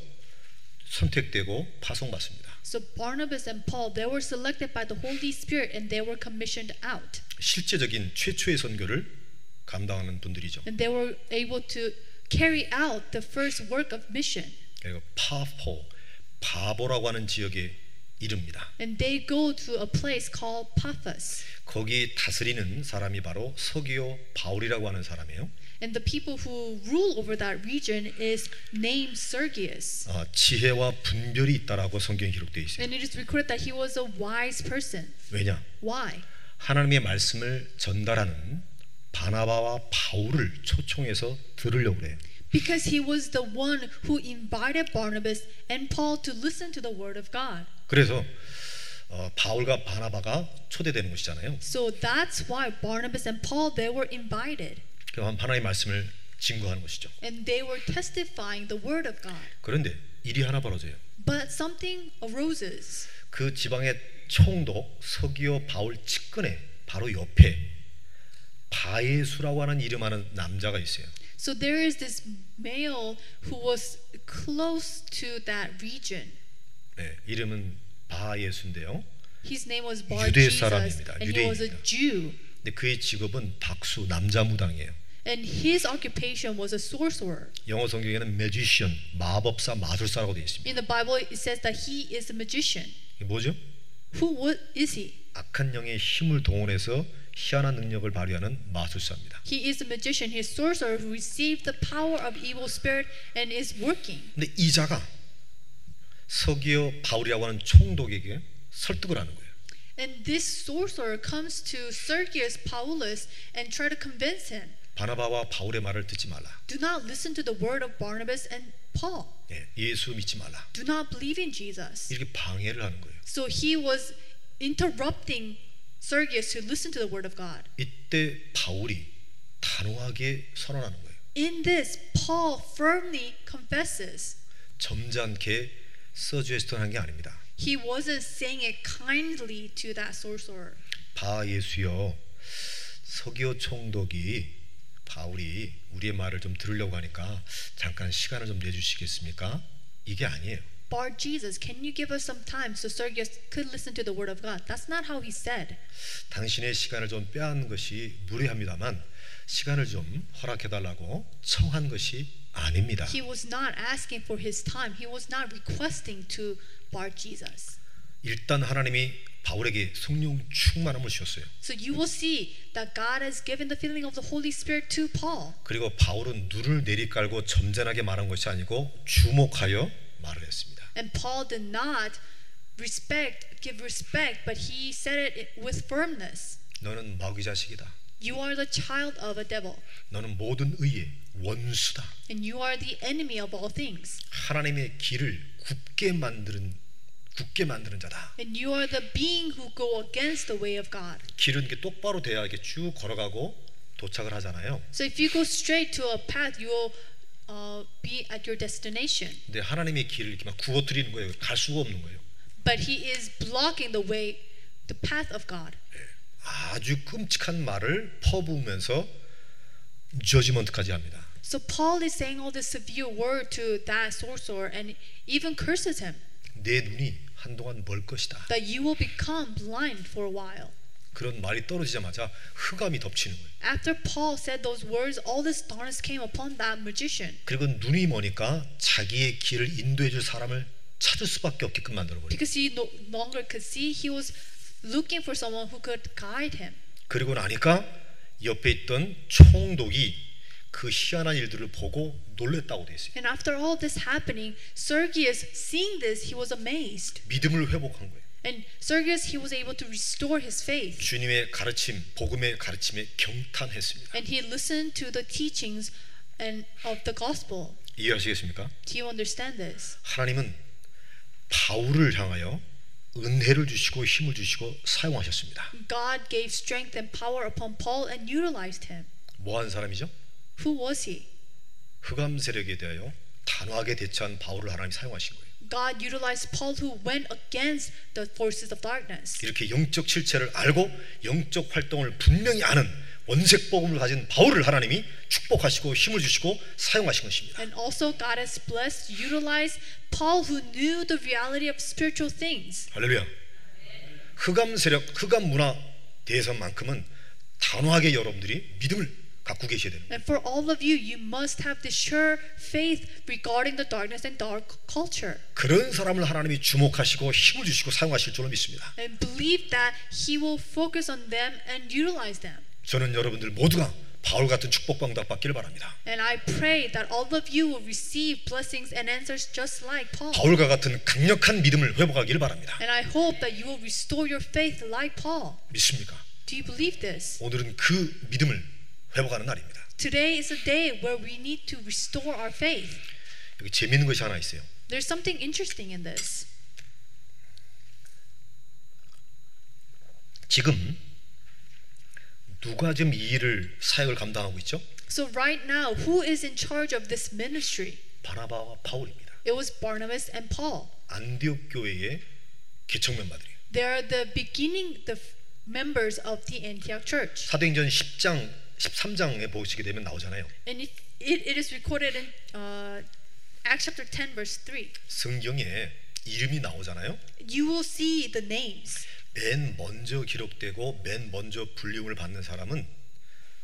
Speaker 1: 선택되고 파송받습니다.
Speaker 2: So Barnabas and Paul they were selected by the Holy Spirit and they were commissioned out.
Speaker 1: 실제적인 최초의 선교를 감당하는 분들이죠.
Speaker 2: And they were able to carry out the first work of mission.
Speaker 1: 그리고 파포, 바보라고 하는 지역에 이릅니다.
Speaker 2: And they go to a place called Paphos.
Speaker 1: 거기 다스리는 사람이 바로 서기오 바울이라고 하는 사람이에요.
Speaker 2: And the people who rule over that region is named Sergius.
Speaker 1: 아, 지혜와 분별이 있다라고 성경에 기록되어 있어요.
Speaker 2: And it is recorded that he was a wise person.
Speaker 1: 왜냐?
Speaker 2: Why?
Speaker 1: 하나님의 말씀을 전달하는 바나바와 바울을 초청해서 들으려고 그래요.
Speaker 2: Because he was the one who invited Barnabas and Paul to listen to the word of God.
Speaker 1: 그래서 어, 바울과 바나바가 초대되는 것이잖아요.
Speaker 2: So that's why Barnabas and Paul they were invited
Speaker 1: 그럼 하나님의 말씀을 증거하는 것이죠.
Speaker 2: and they were testifying the word of God.
Speaker 1: 그런데 일이 하나 벌어져요.
Speaker 2: But something arose.
Speaker 1: 그 지방의 총독 서기오 바울 측근에 바로 옆에 바예수라고 하는 이름하는 남자가 있어요.
Speaker 2: So there is this male who was close to that region.
Speaker 1: 네, 이름은 바예수인데요.
Speaker 2: His name was Bar
Speaker 1: 유대
Speaker 2: Jesus
Speaker 1: 사람입니다.
Speaker 2: and he was a
Speaker 1: 유대인입니다.
Speaker 2: Jew.
Speaker 1: 근데 그의 직업은 박수 남자 무당이에요.
Speaker 2: And his occupation was a sorcerer.
Speaker 1: 영어 성경에는 매지션 마법사 마술사라고 되어 있습니다.
Speaker 2: In the Bible it says that he is a magician.
Speaker 1: 이게 뭐죠?
Speaker 2: Who what is he?
Speaker 1: 악한 영의 힘을 동원해서 희한한 능력을 발휘하는 마술사입니다.
Speaker 2: He is a magician, he is a sorcerer who received the power of evil spirit and is working.
Speaker 1: 근데 이자가 서기어 바울이라고 하는 총독에게 설득을 하는 거예요.
Speaker 2: And this sorcerer comes to Sergius Paulus and try to convince him,
Speaker 1: 바나바와 바울의 말을 듣지 말라.
Speaker 2: do not listen to the word of Barnabas and Paul.
Speaker 1: 예, 예수 믿지 말라.
Speaker 2: Do not believe in Jesus.
Speaker 1: 이렇게 방해를 하는 거예요.
Speaker 2: So he was interrupting Sergius to listen to the word of God.
Speaker 1: 이때 바울이 단호하게 선언하는 거예요.
Speaker 2: In this, Paul firmly confesses.
Speaker 1: 점잖게 서주에스턴한 게 아닙니다.
Speaker 2: He wasn't saying it kindly to that sorcerer.
Speaker 1: 바 예수여 서기오 총독이 바울이 우리의 말을 좀 들으려고 하니까 잠깐 시간을 좀 내주시겠습니까? 이게 아니에요.
Speaker 2: Bar Jesus, can you give us some time so Sergius could listen to the word of God? That's not how he said.
Speaker 1: 당신의 시간을 좀 빼앗는 것이 무례합니다만 시간을 좀 허락해달라고 청한 것이 아닙니다.
Speaker 2: He was not asking for his time. He was not requesting to bar Jesus.
Speaker 1: 일단 하나님이 바울에게 성령 충만함을 주셨어요.
Speaker 2: So you will see that God has given the filling of the Holy Spirit to Paul.
Speaker 1: 그리고 바울은 눈을 내리깔고 점잖하게 말한 것이 아니고 주목하여 말을 했습니다.
Speaker 2: And Paul did not respect, give respect, but he said it with firmness.
Speaker 1: 너는 마귀 자식이다.
Speaker 2: You are the child of a devil,
Speaker 1: 너는 모든 의의 원수다.
Speaker 2: and you are the enemy of all things.
Speaker 1: 하나님의 길을 굽게 만드는 굳게 만드는 자다.
Speaker 2: And you are the being who go against the way of God.
Speaker 1: 길은 이렇게 똑바로 돼야 이렇게 쭉 걸어가고 도착을 하잖아요.
Speaker 2: So if you go straight to a path, you will uh, be at your destination.
Speaker 1: 근데 하나님의 길을 이렇게 막 구어뜨리는 거예요. 갈 수가 없는 거예요.
Speaker 2: But he is blocking the way, the path of God.
Speaker 1: 아주 끔찍한 말을 퍼부으면서 저지먼트까지 합니다.
Speaker 2: So Paul is saying all this severe word to that sorcerer and even curses him
Speaker 1: 내 눈이 한동안 멀 것이다.
Speaker 2: that you will become blind for a while.
Speaker 1: 그런 말이 떨어지자마자 흑암이 덮치는 거예요.
Speaker 2: After Paul said those words, all this darkness came upon that magician
Speaker 1: 그리고 눈이 머니까 자기의 길을 인도해 줄 사람을 찾을 수밖에 없게끔 만들어 버려요.
Speaker 2: because he no longer could see. He was looking for someone who could guide him.
Speaker 1: 그리고 나니까 옆에 있던 총독이 그 희한한 일들을 보고 놀랬다고 돼 있어요.
Speaker 2: And after all this happening, Sergius, seeing this, he was amazed.
Speaker 1: 믿음을 회복한 거예요.
Speaker 2: And Sergius, he was able to restore his faith.
Speaker 1: 주님의 가르침, 복음의 가르침에 경탄했습니다.
Speaker 2: And he listened to the teachings and of the gospel.
Speaker 1: 이해하시겠습니까?
Speaker 2: Do you understand this?
Speaker 1: 하나님은 바울을 향하여 은혜를 주시고 힘을 주시고 사용하셨습니다.
Speaker 2: God gave strength and power upon Paul and utilized him.
Speaker 1: 뭐한 사람이죠?
Speaker 2: Who was he?
Speaker 1: 흑암 세력에 대하여 단호하게 대처한 바울을 하나님 사용하신 거예요.
Speaker 2: God utilized Paul who went against the forces of darkness.
Speaker 1: 이렇게 영적 실체를 알고 영적 활동을 분명히 아는 원색 복음을 가진 바울을 하나님이 축복하시고 힘을 주시고 사용하신 것입니다.
Speaker 2: And also God has blessed, utilized Paul who knew the reality of spiritual things.
Speaker 1: 할렐루야. 흑암 세력, 흑암 문화 대해서만큼은 단호하게 여러분들이 믿음을 갖고 계셔야 됩니다.
Speaker 2: And for all of you, you must have the sure faith regarding the darkness and dark culture.
Speaker 1: 그런 사람을 하나님이 주목하시고 힘을 주시고 사용하실 줄로 믿습니다.
Speaker 2: And believe that he will focus on them and utilize them.
Speaker 1: 저는 여러분들 모두가 바울 같은 축복과 응답 받기를 바랍니다.
Speaker 2: And I pray that all of you will receive blessings and answers just like Paul.
Speaker 1: 바울과 같은 강력한 믿음을 회복하기를 바랍니다.
Speaker 2: And I hope that you will restore your faith like Paul.
Speaker 1: 믿습니까?
Speaker 2: Do you believe this?
Speaker 1: 오늘은 그 믿음을 회복하는 날입니다.
Speaker 2: Today is a day where we need to restore our faith.
Speaker 1: 여기 재밌는 것이 하나 있어요.
Speaker 2: There's something interesting in this.
Speaker 1: 지금 누가 지금 이 일을 사역을 감당하고 있죠?
Speaker 2: So right now, who is in charge of this ministry?
Speaker 1: 바나바와 바울입니다.
Speaker 2: It was Barnabas and Paul.
Speaker 1: 안디옥 교회의 개척 멤버들이에요.
Speaker 2: They are the beginning the f- members of the Antioch church.
Speaker 1: 사도행전 10장 13장에 보시게 되면 나오잖아요.
Speaker 2: And it, it, it is recorded in uh, Acts chapter 10 verse 3.
Speaker 1: 성경에 이름이 나오잖아요.
Speaker 2: You will see the names.
Speaker 1: 맨 먼저 기록되고 맨 먼저 불림을 받는 사람은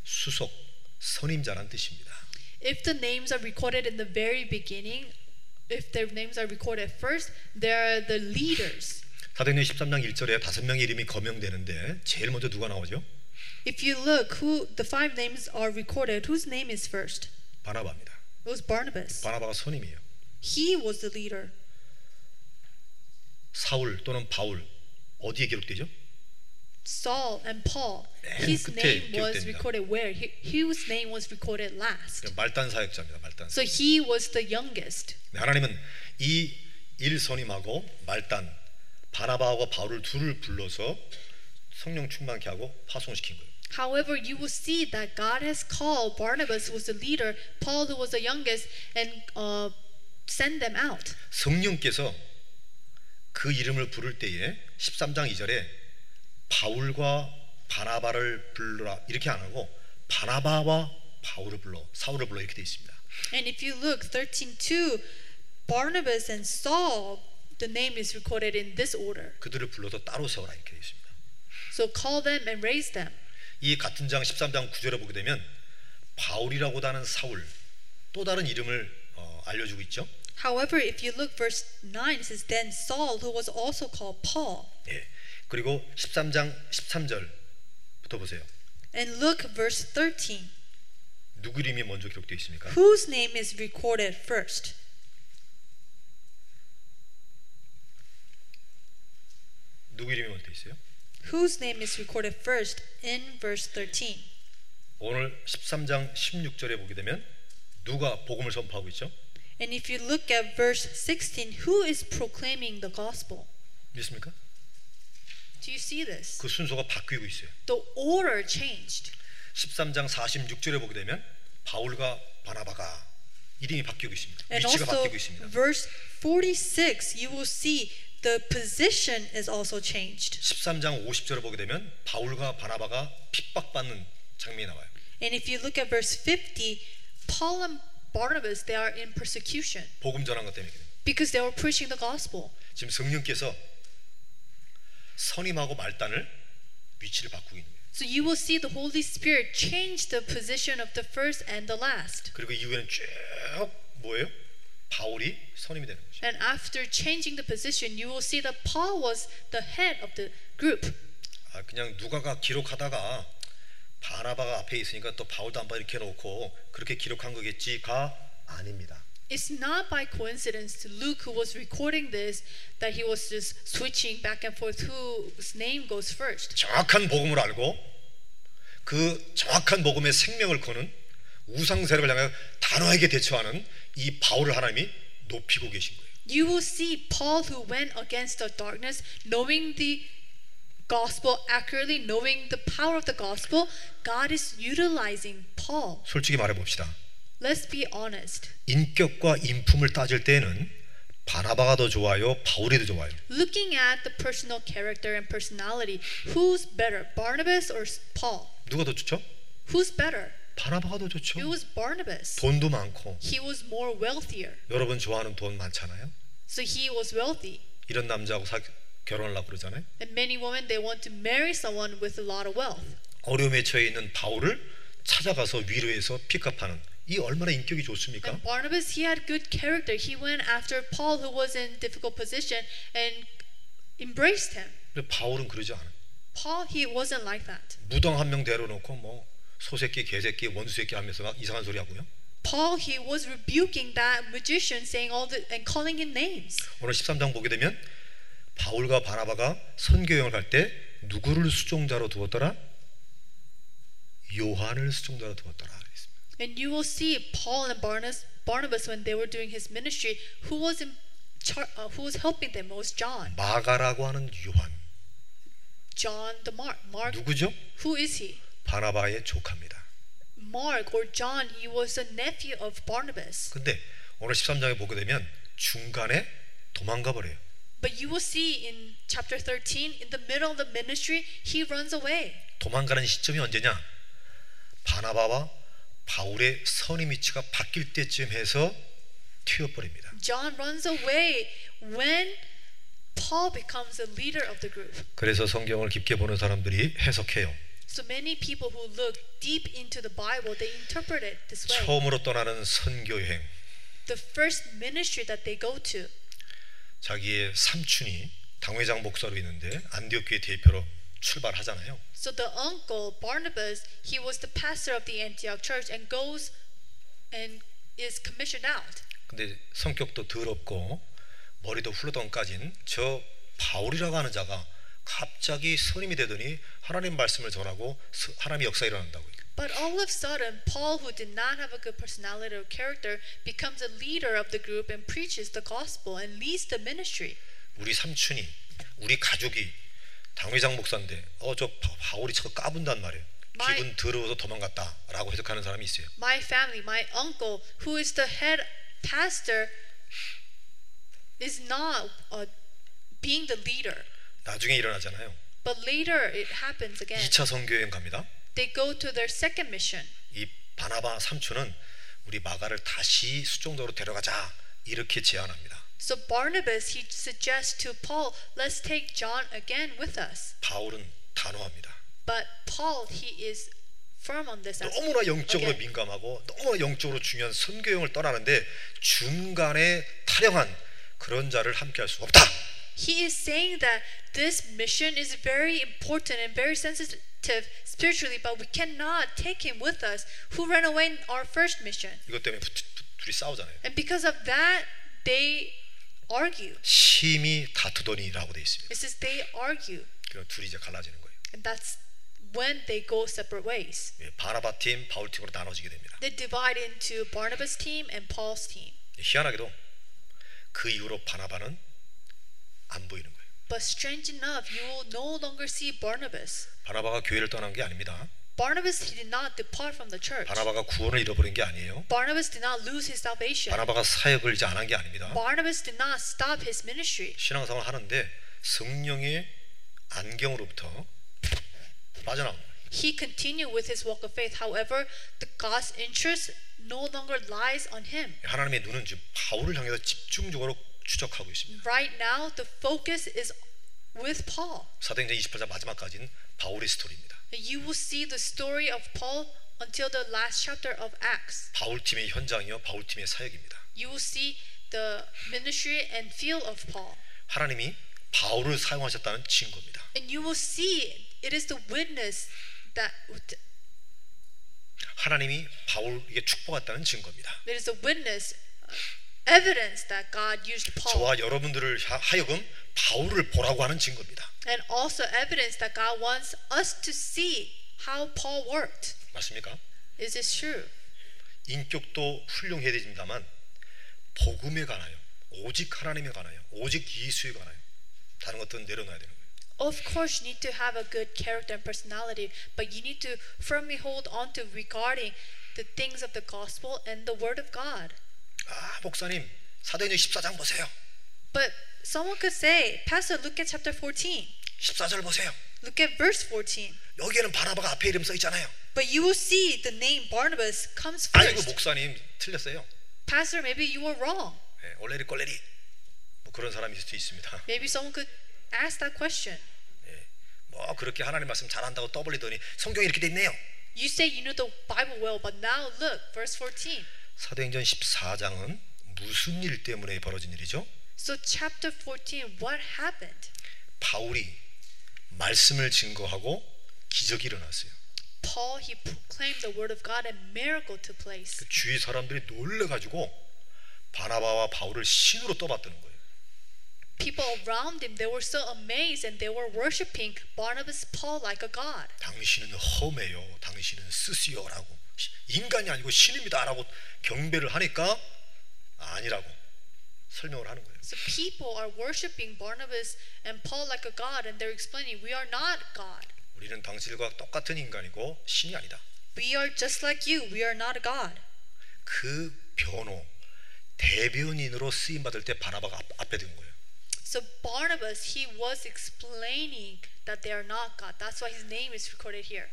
Speaker 1: 수석 선임자란 뜻입니다.
Speaker 2: If the names are recorded in the very beginning, if their names are recorded first, they're the leaders.
Speaker 1: 사도행전 13장 1절에 다섯 명의 이름이 거명되는데 제일 먼저 누가 나오죠?
Speaker 2: If you look who the five names are recorded, whose name is first?
Speaker 1: 바나바입니다.
Speaker 2: It was Barnabas.
Speaker 1: 바나바가 선임이에요.
Speaker 2: He was the leader.
Speaker 1: 사울 또는 바울 어디에 기록되죠?
Speaker 2: Saul and Paul.
Speaker 1: 맨
Speaker 2: His
Speaker 1: 끝에
Speaker 2: name was
Speaker 1: 기록됩니다.
Speaker 2: recorded where? He, his name was recorded last.
Speaker 1: 말단 사역자입니다. 말단.
Speaker 2: So he was the youngest.
Speaker 1: 네, 하나님은 이 일 선임하고 말단 바나바하고 바울을 둘을 불러서 성령 충만케 하고 파송시킨 거예요.
Speaker 2: However, you will see that God has called Barnabas who was the leader, Paul who was the youngest, and uh, send them out.
Speaker 1: 성령께서 그 이름을 부를 때에 13장 2절에 바울과 바나바를 불러라 이렇게 안 하고 바나바와 바울을 불러 사울을 불러 이렇게 돼 있습니다.
Speaker 2: And if you look 13:2, Barnabas and Saul, the name is recorded in this order.
Speaker 1: 그들을 불러서 따로 세워라 이렇게 돼 있습니다.
Speaker 2: So call them and raise them.
Speaker 1: 이 같은 장 13장 9절에 보게 되면 바울이라고도 하는 사울 또 다른 이름을 어, 알려주고 있죠.
Speaker 2: However, if you look verse 9, it says then Saul who was also called Paul.
Speaker 1: 예. 그리고 13장 13절부터 보세요.
Speaker 2: And look verse 13.
Speaker 1: 누구 이름이 먼저 기록되어 있습니까?
Speaker 2: Whose name is recorded first?
Speaker 1: 누구 이름이 먼저 되어 있어요?
Speaker 2: Whose name is recorded first in verse 13?
Speaker 1: 오늘 13장 16절에 보게 되면 누가 복음을 선포하고 있죠?
Speaker 2: And if you look at verse 16, who is proclaiming the gospel?
Speaker 1: 믿습니까?
Speaker 2: Do you see this?
Speaker 1: 그 순서가 바뀌고 있어요.
Speaker 2: The order changed.
Speaker 1: 13장 46절에 보게 되면 바울과 바나바가 이름이 바뀌고 있습니다.
Speaker 2: And
Speaker 1: 위치가
Speaker 2: also,
Speaker 1: 바뀌고 있습니다.
Speaker 2: verse 46, you will see the position is also changed.
Speaker 1: 13장 50절을 보게 되면 바울과 바나바가 핍박받는 장면이 나와요.
Speaker 2: And if you look at verse 50, Paul and Barnabas, they are in persecution
Speaker 1: 복음 전한 것 때문에 그래요.
Speaker 2: because they were preaching the gospel.
Speaker 1: 지금 성령께서 선임하고 말단을 위치를 바꾸고 있는 거예요.
Speaker 2: So you will see the Holy Spirit change the position of the first and the last.
Speaker 1: 그리고 이후에는 쭉 뭐예요? 바울이 선임이 되는 거죠.
Speaker 2: And after changing the position, you will see that Paul was the head of the group.
Speaker 1: 아, 그냥 누가가 기록하다가 바나바가 앞에 있으니까 또 바울도 한번 이렇게 놓고 그렇게 기록한 거겠지가 아닙니다.
Speaker 2: It's not by coincidence to Luke, who was recording this, that he was just switching back and forth whose name goes first.
Speaker 1: 정확한 복음을 알고 그 정확한 복음의 생명을 거는 우상 세력을 향해 단호하게 대처하는 이 바울을 하나님이 높이고 계신 거예요.
Speaker 2: You will see Paul, who went against the darkness, knowing the gospel accurately, knowing the power of the gospel, God is utilizing Paul.
Speaker 1: 솔직히 말해 봅시다.
Speaker 2: Let's be honest.
Speaker 1: 인격과 인품을 따질 때는 바나바가 더 좋아요, 바울이 더 좋아요.
Speaker 2: Looking at the personal character and personality, who's better, Barnabas or Paul?
Speaker 1: 누가 더 좋죠?
Speaker 2: Who's better?
Speaker 1: 바나바가 더
Speaker 2: It
Speaker 1: 좋죠.
Speaker 2: was Barnabas.
Speaker 1: 돈도 많고
Speaker 2: He was more wealthier.
Speaker 1: 여러분 좋아하는 돈 많잖아요.
Speaker 2: So he was wealthy.
Speaker 1: 이런 남자하고 사, 결혼하려고 그러잖아요.
Speaker 2: And many women they want to marry someone with a lot of wealth.
Speaker 1: 어려움에 처해 있는 바울을 찾아가서 위로해서 픽업하는 이 얼마나 인격이 좋습니까?
Speaker 2: And Barnabas he had good character. He went after Paul who was in difficult position and embraced him.
Speaker 1: 근데 바울은 그러지 않아요.
Speaker 2: Paul he wasn't like that.
Speaker 1: 무당 한 명 데려놓고 뭐 소새끼, 개새끼, 원수새끼 하면서 막 이상한 소리 하고요.
Speaker 2: Paul he was rebuking that magician saying all the and calling him names.
Speaker 1: 오늘 13장 보게 되면 바울과 바나바가 선교 여행을 갈 때 누구를 수종자로 두었더라? 요한을 수종자로 두었더라. 그랬습니다.
Speaker 2: And you will see Paul and Barnabas Barnabas when they were doing his ministry who was in char- uh, who was helping them It was John.
Speaker 1: 마가라고 하는 요한
Speaker 2: John the Mark. Mark
Speaker 1: 누구죠?
Speaker 2: who is he?
Speaker 1: 바나바의 조카입니다.
Speaker 2: Mark or John, he was a nephew of Barnabas.
Speaker 1: 근데 오늘 13장에 보게 되면 중간에 도망가 버려요.
Speaker 2: But you will see in chapter 13, in the middle of the ministry, he runs away.
Speaker 1: 도망가는 시점이 언제냐? 바나바와 바울의 선임 위치가 바뀔 때쯤 해서 튀어버립니다.
Speaker 2: John runs away when Paul becomes the leader of the group.
Speaker 1: 그래서 성경을 깊게 보는 사람들이 해석해요.
Speaker 2: So many people who look deep into the Bible, they interpret it this way.
Speaker 1: 처음으로 떠나는 선교 여행.
Speaker 2: The first ministry that they go to,
Speaker 1: 자기의 삼촌이 당회장 목사로 있는데 안디옥 교회 대표로 출발하잖아요.
Speaker 2: so the uncle Barnabas, he was the pastor of the Antioch church and goes and is commissioned out.
Speaker 1: 근데 성격도 더럽고 머리도 훌러덩까진 저 바울이라고 하는 자가 갑자기 선임이 되더니 하나님 말씀을 전하고 스- 하나님의 역사 일어난다고요.
Speaker 2: But all of a sudden, Paul, who did not have a good personality or character, becomes a leader of the group and preaches the gospel and leads the ministry.
Speaker 1: 우리 삼촌이 우리 가족이 당회장 목사인데 어 저 바울이 저거 까분단 말이에요.
Speaker 2: 마이-
Speaker 1: 기분 더러워서 도망갔다라고 해석하는 사람이 있어요.
Speaker 2: My family, my uncle, who is the head pastor, is not uh, being the leader.
Speaker 1: 나중에 일어나잖아요.
Speaker 2: But later it happens again.
Speaker 1: 2차 선교 여행 갑니다.
Speaker 2: They go to their second mission.
Speaker 1: 이 바나바 삼촌은 우리 마가를 다시 수종도로 데려가자 이렇게 제안합니다.
Speaker 2: So Barnabas, he suggests to Paul, let's take John again with us.
Speaker 1: 바울은 단호합니다.
Speaker 2: But Paul, he is firm on this aspect.
Speaker 1: 너무나 영적으로
Speaker 2: again.
Speaker 1: 민감하고 너무나 영적으로 중요한 선교 여행을 떠나는데 중간에 타령한 그런 자를 함께할 수가 없다.
Speaker 2: He is saying that this mission is very important and very sensitive spiritually, but we cannot take him with us who ran away in our first mission.
Speaker 1: 이것 때문에 부- 부- 둘이 싸우잖아요.
Speaker 2: And because of that, they argue.
Speaker 1: 심히 다투더니라고 돼 있습니다.
Speaker 2: It says they argue,
Speaker 1: 그럼 둘이 이제 갈라지는 거예요.
Speaker 2: and that's when they go separate ways.
Speaker 1: 예, 바나바 팀, 바울 팀으로 나눠지게 됩니다.
Speaker 2: They divide into Barnabas' team and Paul's team.
Speaker 1: 예, 희한하게도 그 이후로 바나바는 안 보이는 거예요.
Speaker 2: But strange enough, you will no longer see Barnabas.
Speaker 1: 바나바가 교회를 떠난 게 아닙니다.
Speaker 2: Barnabas he did not depart from the church.
Speaker 1: 바나바가 구원을 잃어버린 게 아니에요.
Speaker 2: Barnabas did not lose his salvation.
Speaker 1: 바나바가 사역을 이제 안 한 게 아닙니다.
Speaker 2: Barnabas did not stop his ministry.
Speaker 1: 신앙생활 하는데 성령의 안경으로부터 빠져나온 거예요.
Speaker 2: He continued with his walk of faith. However, the God's interest no longer lies on him.
Speaker 1: 하나님의 눈은 지금 바울을 향해서 집중적으로 추적하고 있습니다.
Speaker 2: Right now, the focus is with Paul.
Speaker 1: 사도행전 28장 마지막까지는 바울의 스토리입니다.
Speaker 2: And You will see the story of Paul until the last chapter of Acts.
Speaker 1: 바울 팀의 현장이요, 바울 팀의 사역입니다.
Speaker 2: You will see the ministry and field of Paul.
Speaker 1: 하나님이 바울을 사용하셨다는 증거입니다.
Speaker 2: And you will see it is the witness that it
Speaker 1: 하나님이 바울에게 축복했다는 증거입니다.
Speaker 2: is the witness uh, evidence that God used Paul
Speaker 1: 저와 여러분들을 하- 하여금 바울을 보라고 하는 증거입니다.
Speaker 2: and also evidence that God wants us to see how Paul worked.
Speaker 1: 맞습니까?
Speaker 2: Is this true?
Speaker 1: 인격도 훌륭해야 됩니다만 복음에 관하여 오직 하나님에 관하여 오직 예수에 관하여 다른 것들은 내려놔야 되는 거예요.
Speaker 2: Of course, you need to have a good character and personality, but you need to firmly hold on to regarding the things of the gospel and the word of God.
Speaker 1: 아 목사님 사도행전 14장 보세요.
Speaker 2: But someone could say, Pastor, look at chapter 14.
Speaker 1: 14절 보세요.
Speaker 2: Look at verse 14.
Speaker 1: 여기에는 바나바가 앞에 이름 써 있잖아요.
Speaker 2: But you will see the name Barnabas comes
Speaker 1: 아이고
Speaker 2: first.
Speaker 1: 목사님 틀렸어요.
Speaker 2: Pastor, maybe you were wrong.
Speaker 1: 예, 올레리 꼴레리 뭐 그런 사람일 수도 있습니다.
Speaker 2: Maybe someone could ask that question.
Speaker 1: 뭐 그렇게 하나님 말씀 잘한다고 떠벌리더니 성경이 이렇게 돼 있네요.
Speaker 2: You say you know the Bible well, but now look, verse 14.
Speaker 1: 사도행전 14장은 무슨 일 때문에 벌어진 일이죠?
Speaker 2: So, chapter 14, what happened?
Speaker 1: 바울이 말씀을 증거하고 기적이 일어났어요.
Speaker 2: Paul, he proclaimed the word of God and miracle took place.
Speaker 1: 그 주위 사람들이 놀래가지고 바나바와 바울을 신으로 떠받드는 거예요.
Speaker 2: People around him, they were so amazed and they were worshiping Barnabas Paul like a god.
Speaker 1: 당신은 험해요. 당신은 쓰시요라고 인간이 아니고 신입니다라고 경배를 하니까 아니라고 설명을 하는 거예요.
Speaker 2: So people are worshiping Barnabas and Paul like a god, and they're explaining, We are not God.
Speaker 1: 우리는 당신과 똑같은 인간이고 신이 아니다.
Speaker 2: We are just like you. We are not God.
Speaker 1: 그 변호 대변인으로 쓰임 받을 때 바나바가 앞, 앞에 든 거예요.
Speaker 2: So Barnabas, he was explaining that they are not God. That's why his name is recorded here.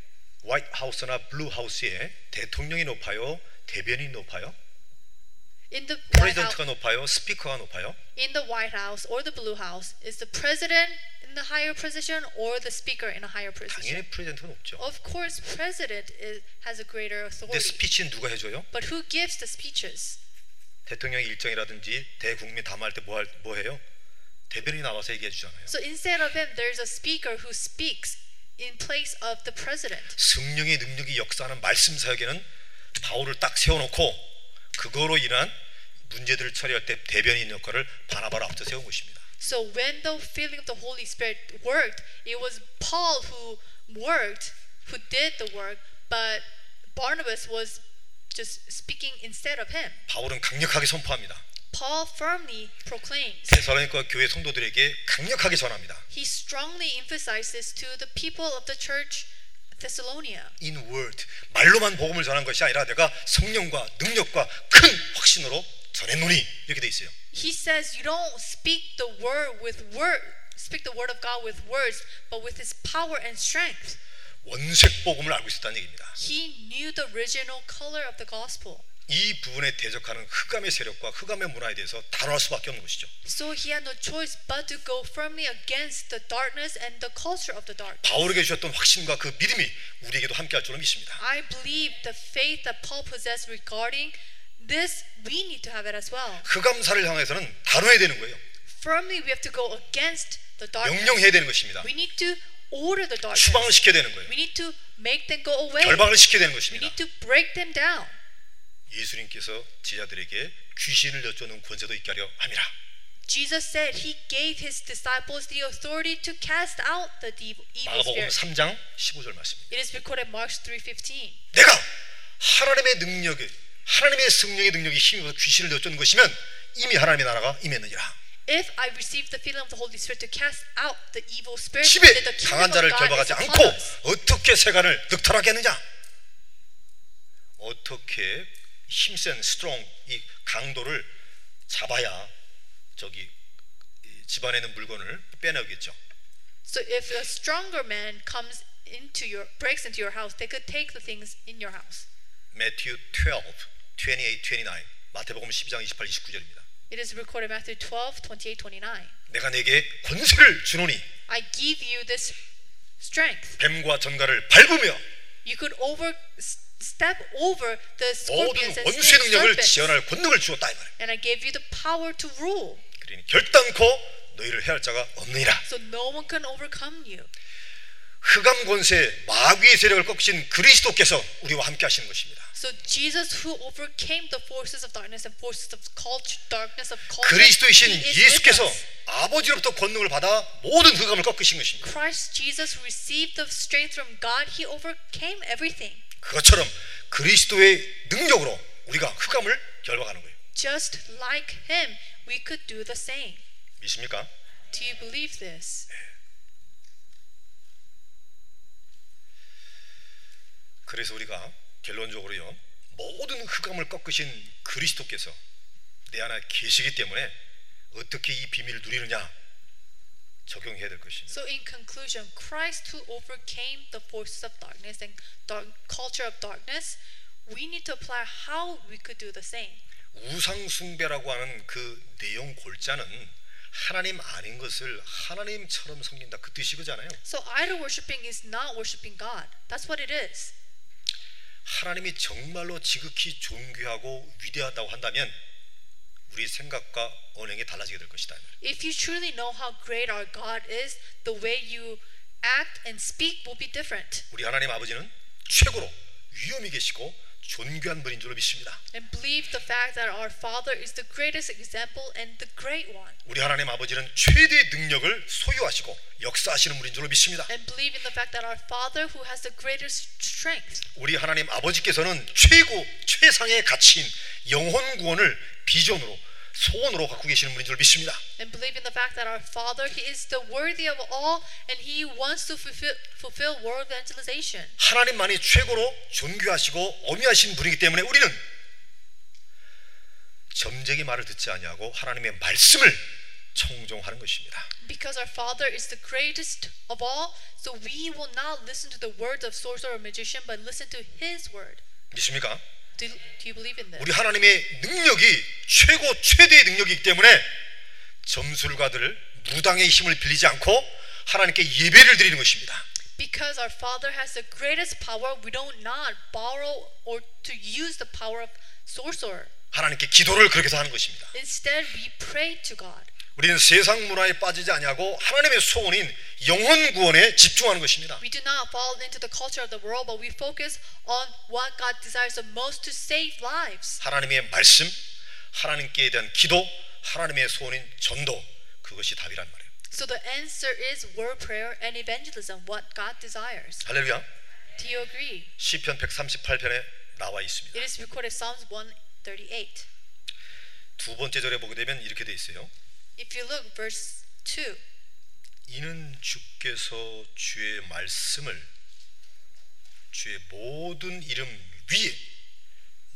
Speaker 1: 화이트 하우스나 블루 하우스에 대통령이 높아요, 대변인이 높아요,
Speaker 2: In the White House,
Speaker 1: 프레젠트가 높아요, 스피커가 높아요.
Speaker 2: in the White House or the Blue House, is the president in the higher position or the speaker in a higher position?
Speaker 1: 당연히 프레젠트가 높죠.
Speaker 2: Of course, president is, has a
Speaker 1: 근데
Speaker 2: greater authority.
Speaker 1: 스피치는 누가 해줘요?
Speaker 2: But who gives the speeches?
Speaker 1: 대통령 일정이라든지 대국민 담화할 때 뭐 할 뭐 해요? 대변인이 나와서 얘기해 주잖아요.
Speaker 2: So instead of him, there's a speaker who speaks in place of the president.
Speaker 1: 성령의 능력이 역사하는 말씀 사역에는 바울을 딱 세워놓고 그거로 인한 문제들을 처리할 때 대변인 역할을 바나바로 앞서 세운 것입니다.
Speaker 2: So when the filling of the Holy Spirit worked, it was Paul who worked, who did the work, but Barnabas was just speaking instead of him.
Speaker 1: 바울은 강력하게 선포합니다.
Speaker 2: Paul firmly proclaims.
Speaker 1: 대사로니까 교회 성도들에게 강력하게 전합니다.
Speaker 2: He strongly emphasizes to the people of the church Thessalonia.
Speaker 1: In word 말로만 복음을 전한 것이 아니라 내가 성령과 능력과 큰 확신으로 전했노니 이렇게 돼 있어요.
Speaker 2: He says you don't speak the word with word speak the word of God with words, but with his power and strength.
Speaker 1: 원색 복음을 알고 있었다는 얘기입니다.
Speaker 2: He knew the original color of the gospel.
Speaker 1: 이 부분에 대적하는 흑암의 세력과 흑암의 문화에 대해서 단언할 수밖에 없는 것이죠.
Speaker 2: So he had no choice but to go firmly against the darkness and the culture of the dark.
Speaker 1: 바울에게 주셨던 확신과 그 믿음이 우리에게도 함께할 줄로 믿습니다.
Speaker 2: I believe the faith that Paul possessed regarding this, we need to have it as well.
Speaker 1: 흑암사를 향해서는 단언해야 되는 거예요.
Speaker 2: Firmly, we have to go against the darkness.
Speaker 1: 명령해야 되는 것입니다.
Speaker 2: We need to order the darkness.
Speaker 1: 추방을 시켜야 되는 거예요.
Speaker 2: We need to make them go away.
Speaker 1: 결방을 시켜야 되는
Speaker 2: We
Speaker 1: 것입니다.
Speaker 2: need to break them down.
Speaker 1: 예수님께서 지자들에게 귀신을 여쫓는 권세도 있게 하려 함이라.
Speaker 2: Jesus said he gave his disciples the authority to cast out the dev- evil
Speaker 1: 마가복음
Speaker 2: spirits.
Speaker 1: 3장 15절 말씀입니다.
Speaker 2: It is recorded in Mark 3:15.
Speaker 1: 내가 하나님의 능력에 하나님의 성령의 능력이 힘입어서 귀신을 여쫓는 것이면 이미 하나님의 나라가 임했느니라.
Speaker 2: If I receive the filling of the Holy Spirit to cast out the evil spirit,
Speaker 1: 집에
Speaker 2: then the
Speaker 1: 강한 자를
Speaker 2: kingdom of God is
Speaker 1: 결박하지
Speaker 2: upon
Speaker 1: 않고
Speaker 2: us.
Speaker 1: 어떻게 세간을 늑탈하게 하느냐? 어떻게 힘센 스트롱 이 강도를 잡아야 저기 이 집안에 있는 물건을 빼내겠죠.
Speaker 2: So if a stronger man comes into your breaks into your house, they could take the things in your house.
Speaker 1: 매튜 12, 28, 29 마태복음 12장 28, 29절입니다.
Speaker 2: It is recorded in Matthew 12, 28, 29.
Speaker 1: 내가 내게 권세를 주노니
Speaker 2: I give you this strength.
Speaker 1: 뱀과 전갈을 밟으며
Speaker 2: You could over s- step over the
Speaker 1: 모든
Speaker 2: scorpions and
Speaker 1: 원수의
Speaker 2: snakes,
Speaker 1: 능력을
Speaker 2: serpents,
Speaker 1: 지연할 권능을 주었다 이 말이에요.
Speaker 2: and I gave you the power to rule.
Speaker 1: 그러니 결단코 너희를 해할 자가 없느니라.
Speaker 2: So no one can overcome you.
Speaker 1: 흑암 권세 마귀의 세력을 꺾으신 그리스도께서 우리와 함께 하시는 것입니다.
Speaker 2: So Jesus, who overcame the forces of darkness and forces of culture, darkness of culture,
Speaker 1: 어, 그리스도이신
Speaker 2: he is with
Speaker 1: 예수께서
Speaker 2: us.
Speaker 1: 아버지로부터 권능을 받아 모든 흑암을 꺾으신 것입니다.
Speaker 2: Christ Jesus received the strength from God. He overcame everything.
Speaker 1: 그것처럼 그리스도의 능력으로 우리가 흑암을 결박하는 거예요.
Speaker 2: Just like Him, we could do the same.
Speaker 1: 믿습니까?
Speaker 2: Do you believe this?
Speaker 1: 그래서 우리가 결론적으로요 모든 흑암을 꺾으신 그리스도께서 내 안에 계시기 때문에 어떻게 이 비밀을 누리느냐 적용해야 될 것입니다.
Speaker 2: So in conclusion, Christ who overcame the forces of darkness and dark culture of darkness, we need to apply how we could do the same.
Speaker 1: 우상 숭배라고 하는 그 내용 골자는 하나님 아닌 것을 하나님처럼 섬긴다 그 뜻이거잖아요.
Speaker 2: So idol worshiping is not worshiping God. That's what it is.
Speaker 1: 하나님이 정말로 지극히 존귀하고 위대하다고 한다면 우리 생각과 언행이 달라지게 될 것이다.
Speaker 2: If you truly know how great our God is, the way you act and speak will be different.
Speaker 1: 우리 하나님 아버지는 최고로 위엄이 계시고 존귀한 분인 줄로 믿습니다.
Speaker 2: And believe the fact that our Father is the greatest example and the great one.
Speaker 1: 우리 하나님 아버지는 최대의 능력을 소유하시고 역사하시는 분인 줄로 믿습니다.
Speaker 2: And believe in the fact that our Father who has the greatest strength.
Speaker 1: 우리 하나님 아버지께서는 최고 최상의 가치인 영혼 구원을 비전으로 소원으로 갖고 계시는 분인 줄 믿습니다.
Speaker 2: And believe in the fact that our Father, He is the worthy of all, and He wants to fulfill, fulfill world evangelization.
Speaker 1: 하나님만이 최고로 존귀하시고 어미하신 분이기 때문에 우리는 점쟁이 말을 듣지 아니하고 하나님의 말씀을 청종하는 것입니다.
Speaker 2: Because our Father is the greatest of all, so we will not listen to the words of sorcerer or magician, but listen to His word.
Speaker 1: 믿습니까?
Speaker 2: Do, do you believe in this?
Speaker 1: 우리 하나님의 능력이 최고 최대의 능력이기 때문에 점술가들 무당의 힘을 빌리지 않고 하나님께 예배를 드리는 것입니다.
Speaker 2: Because our Father has the greatest power, we don't not borrow or to use the power of sorcerer.
Speaker 1: 하나님께 기도를 그렇게 해서 하는 것입니다.
Speaker 2: Instead, we pray to God.
Speaker 1: 우리는 세상 문화에 빠지지 아니하고 하나님의 소원인 영혼 구원에 집중하는 것입니다.
Speaker 2: We do not fall into the culture of the world, but we focus on what God desires the most to save lives.
Speaker 1: 하나님의 말씀, 하나님께 대한 기도, 하나님의 소원인 전도 그것이 답이란 말이에요.
Speaker 2: So the answer is word prayer and evangelism, what God desires.
Speaker 1: 할렐루야.
Speaker 2: Do you agree?
Speaker 1: 시편 138편에 나와 있습니다.
Speaker 2: It is recorded Psalms 138.
Speaker 1: 두 번째 절에 보게 되면 이렇게 돼 있어요.
Speaker 2: If you look verse 2,
Speaker 1: 이는 주께서 주의 말씀을 주의 모든 이름 위에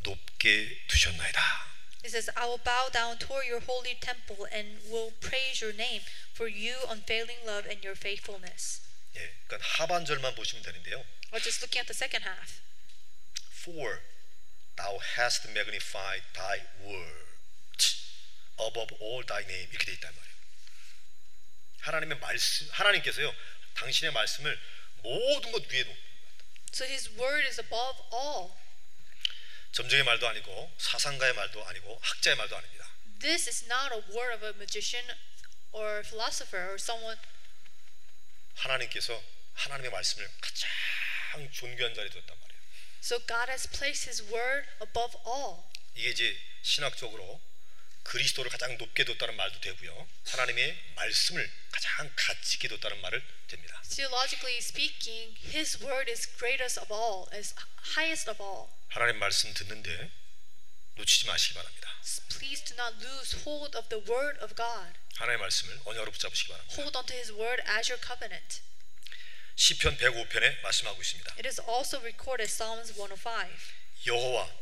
Speaker 1: 높게 두셨나이다.
Speaker 2: it says, I will bow down toward your holy temple and will praise your name for you unfailing love and your faithfulness.
Speaker 1: 예, 그러니까 하반절만 보시면 되는데요.
Speaker 2: Or just looking at the second half.
Speaker 1: For thou hast magnified thy word above all thy name 이렇게 돼 있단 말이에요. 하나님의 말씀 하나님께서요 당신의 말씀을 모든 것 위에 놓
Speaker 2: So his word is above all.
Speaker 1: 점쟁이 말도 아니고 사상가의 말도 아니고 학자의 말도 아닙니다.
Speaker 2: This is not a word of a magician or a philosopher or someone.
Speaker 1: 하나님께서 하나님의 말씀을 가장 존귀한 자리에 뒀단 말이에요.
Speaker 2: So God has placed his word above all.
Speaker 1: 이게 이제 신학적으로 그리스도를 가장 높게 뒀다는 말도 되고요. 하나님의 말씀을 가장 가치 있게 뒀다는 말을 됩니다.
Speaker 2: Theologically speaking, his word is greatest of all, is highest of all.
Speaker 1: 하나님 말씀 듣는데 놓치지 마시기 바랍니다.
Speaker 2: Please do not lose hold of the word of God.
Speaker 1: 하나님의 말씀을 언약으로 붙잡으시기 바랍니다.
Speaker 2: Hold on to his word as your covenant.
Speaker 1: 시편 105편에 말씀하고 있습니다.
Speaker 2: It is also recorded Psalms 105.
Speaker 1: 여호와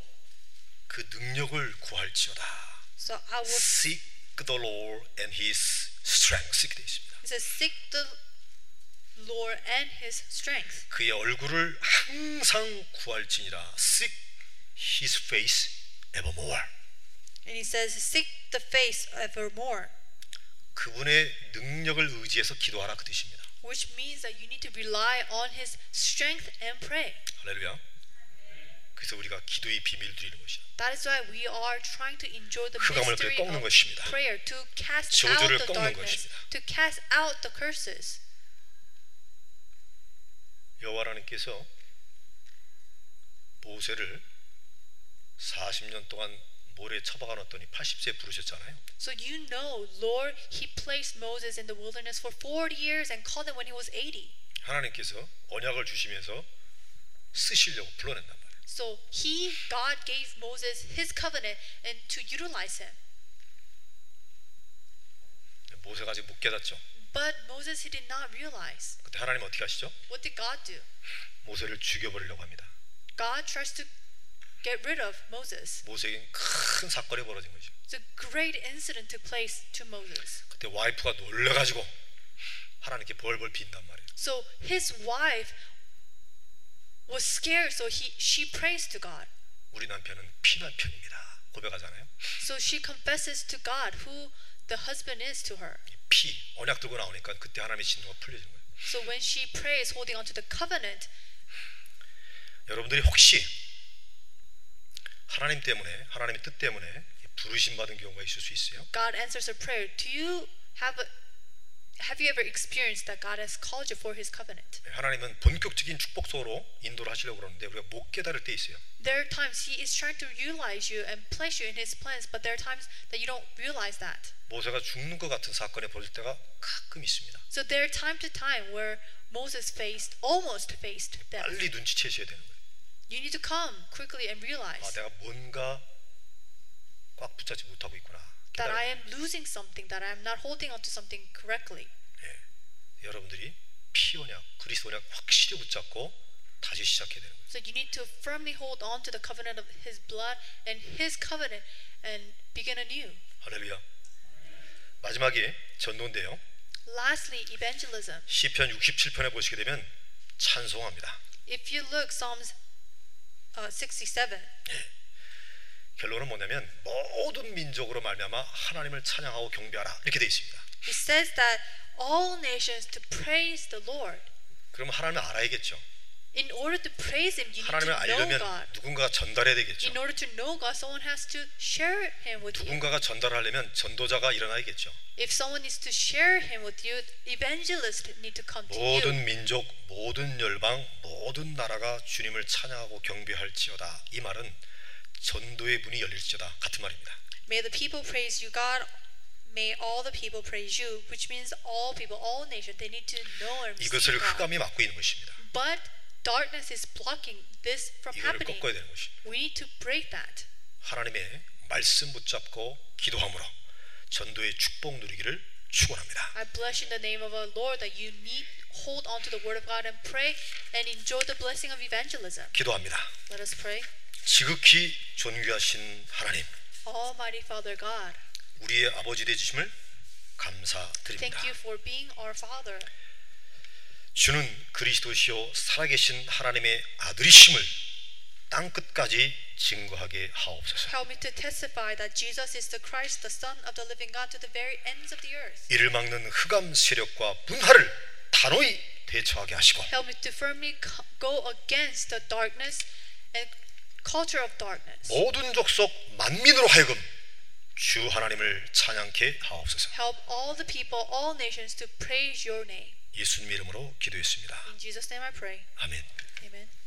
Speaker 1: 그 능력을 구할지어다.
Speaker 2: So I will it
Speaker 1: Seek the Lord and His strength. 이렇게 되어 있습니다.
Speaker 2: says, seek the Lord and his strength.
Speaker 1: 그의 얼굴을 항상 구할지니라. Seek His face evermore.
Speaker 2: And he says, seek the face evermore,
Speaker 1: 그분의 능력을 의지해서 기도하라 그 뜻입니다.
Speaker 2: which means that you need to rely on his strength and pray.
Speaker 1: 할렐루야. 그래서 우리가 기도의 비밀을 드리는 것이야.
Speaker 2: That is why we are trying to enjoy the
Speaker 1: 흑암을
Speaker 2: mystery
Speaker 1: 꺾는
Speaker 2: of
Speaker 1: 것입니다.
Speaker 2: prayer to cast out
Speaker 1: 저주를
Speaker 2: the
Speaker 1: 꺾는
Speaker 2: darkness,
Speaker 1: 것입니다.
Speaker 2: to cast out the curses.
Speaker 1: 여호와 하나님께서 모세를 40년 동안 모래에 처박아 놨더니 80세에 부르셨잖아요.
Speaker 2: So you know, Lord, He placed Moses in the wilderness for 40 years and called him when he was 80.
Speaker 1: 하나님께서 언약을 주시면서 쓰시려고 불러낸단 말이에요.
Speaker 2: So He, God, gave Moses His covenant and to utilize him.
Speaker 1: 모세가 아직 못 깨닫죠.
Speaker 2: But Moses, he did not realize.
Speaker 1: 그때 하나님 어떻게 하시죠?
Speaker 2: What did God do?
Speaker 1: 모세를 죽여버리려고 합니다.
Speaker 2: God tries to get rid of Moses.
Speaker 1: 모세에게 큰 사건이 벌어진 거죠.
Speaker 2: It's a great incident took place to Moses.
Speaker 1: 그때 와이프가 놀래가지고 하나님께 벌벌 빈단 말이에요.
Speaker 2: So his wife was scared, so he she prays to God.
Speaker 1: 우리 남편은 피난 편입니다. 고백하잖아요.
Speaker 2: So she confesses to God who the husband is to her.
Speaker 1: 이 피, 언약 들고 나오니까 그때 하나님의 진노가 풀려진 거예요.
Speaker 2: So when she prays, holding onto the covenant,
Speaker 1: 여러분들이 혹시 하나님 때문에 하나님의 뜻 때문에 부르심 받은 경우가 있을 수 있어요.
Speaker 2: God answers her prayer. Do you have a, have you ever experienced that God has called you for His covenant?
Speaker 1: 네, 하나님은 본격적인 축복 속으로 인도를 하시려고 그러는데 우리가 못 깨달을 때 있어요.
Speaker 2: There are times He is trying to realize you and place you in His plans, but there are times that you don't realize that.
Speaker 1: 모세가 죽는 것 같은 사건에 벌어질 때가 가끔 있습니다.
Speaker 2: So there are time to time where Moses faced almost faced death.
Speaker 1: 빨리 눈치채셔야 되는 거예요.
Speaker 2: You need to come quickly
Speaker 1: 아,
Speaker 2: and realize
Speaker 1: 내가 뭔가 꽉 붙잡지 못하고 있구나.
Speaker 2: that I
Speaker 1: 깨달아요.
Speaker 2: am losing something, that I am not holding onto something correctly.
Speaker 1: 예. 여러분들이 피 언약, 그리스 언약 확실히 붙잡고 다시 시작해야 되는 거예요.
Speaker 2: So you need to firmly hold on to the covenant of His blood and His covenant and begin anew.
Speaker 1: 할렐루야. 마지막에 전도인데요.
Speaker 2: Lastly, evangelism.
Speaker 1: 시편 67편에 보시게 되면 찬송합니다.
Speaker 2: If you look Psalms uh, 67,
Speaker 1: 결론은 뭐냐면 모든 민족으로 말미암아 하나님을 찬양하고 경배하라 이렇게 되어 있습니다.
Speaker 2: it says that all nations to praise the Lord.
Speaker 1: 그러면 하나님을 알아야겠죠.
Speaker 2: In order to praise Him, you need
Speaker 1: 하나님을
Speaker 2: to know God.
Speaker 1: 알려면 누군가가 전달해야 되겠죠.
Speaker 2: In order to know God, someone has to share Him with you.
Speaker 1: 누군가가 전달하려면 전도자가 일어나야겠죠.
Speaker 2: If someone needs to share Him with you, evangelists need to come to you.
Speaker 1: 모든 민족, 모든 열방, 모든 나라가 주님을 찬양하고 경배할지어다. 이 말은 전도의 문이 열릴지어다 같은 말입니다.
Speaker 2: May the people praise you, God. May all the people praise you, which means all people, all nations, they need to know and
Speaker 1: 이것을
Speaker 2: receive God.
Speaker 1: 흑암이 막고 있는 것입니다.
Speaker 2: But darkness is blocking this from
Speaker 1: 이거를
Speaker 2: happening.
Speaker 1: 꺾어야 되는 것입니다.
Speaker 2: We need to break that.
Speaker 1: 하나님의 말씀 붙잡고 기도함으로 전도의 축복 누리기를 축원합니다.
Speaker 2: I bless you in the name of our Lord that you need hold on to the word of God and pray and enjoy the blessing of evangelism.
Speaker 1: 기도합니다.
Speaker 2: Let us pray.
Speaker 1: 지극히 존귀하신 하나님,
Speaker 2: Almighty Father God,
Speaker 1: 우리의 아버지 되주심을
Speaker 2: thank
Speaker 1: 감사드립니다.
Speaker 2: you for being our Father.
Speaker 1: 주는 그리스도시요 살아계신 하나님의 아들이심을 땅 끝까지 증거하게 하옵소서.
Speaker 2: Help me to testify that Jesus is the Christ, the Son of the living God to the very ends of the earth.
Speaker 1: 이를 막는 흑암 세력과 분화를 단호히 대처하게 하시고
Speaker 2: Help me to firmly co- go against the darkness and culture of darkness.
Speaker 1: 모든 족속 만민으로 하여금 주 하나님을 찬양케 하옵소서.
Speaker 2: Help all the people, all nations to praise your name.
Speaker 1: 예수님 이름으로 기도했습니다.
Speaker 2: In Jesus' name I pray.
Speaker 1: 아멘.
Speaker 2: Amen.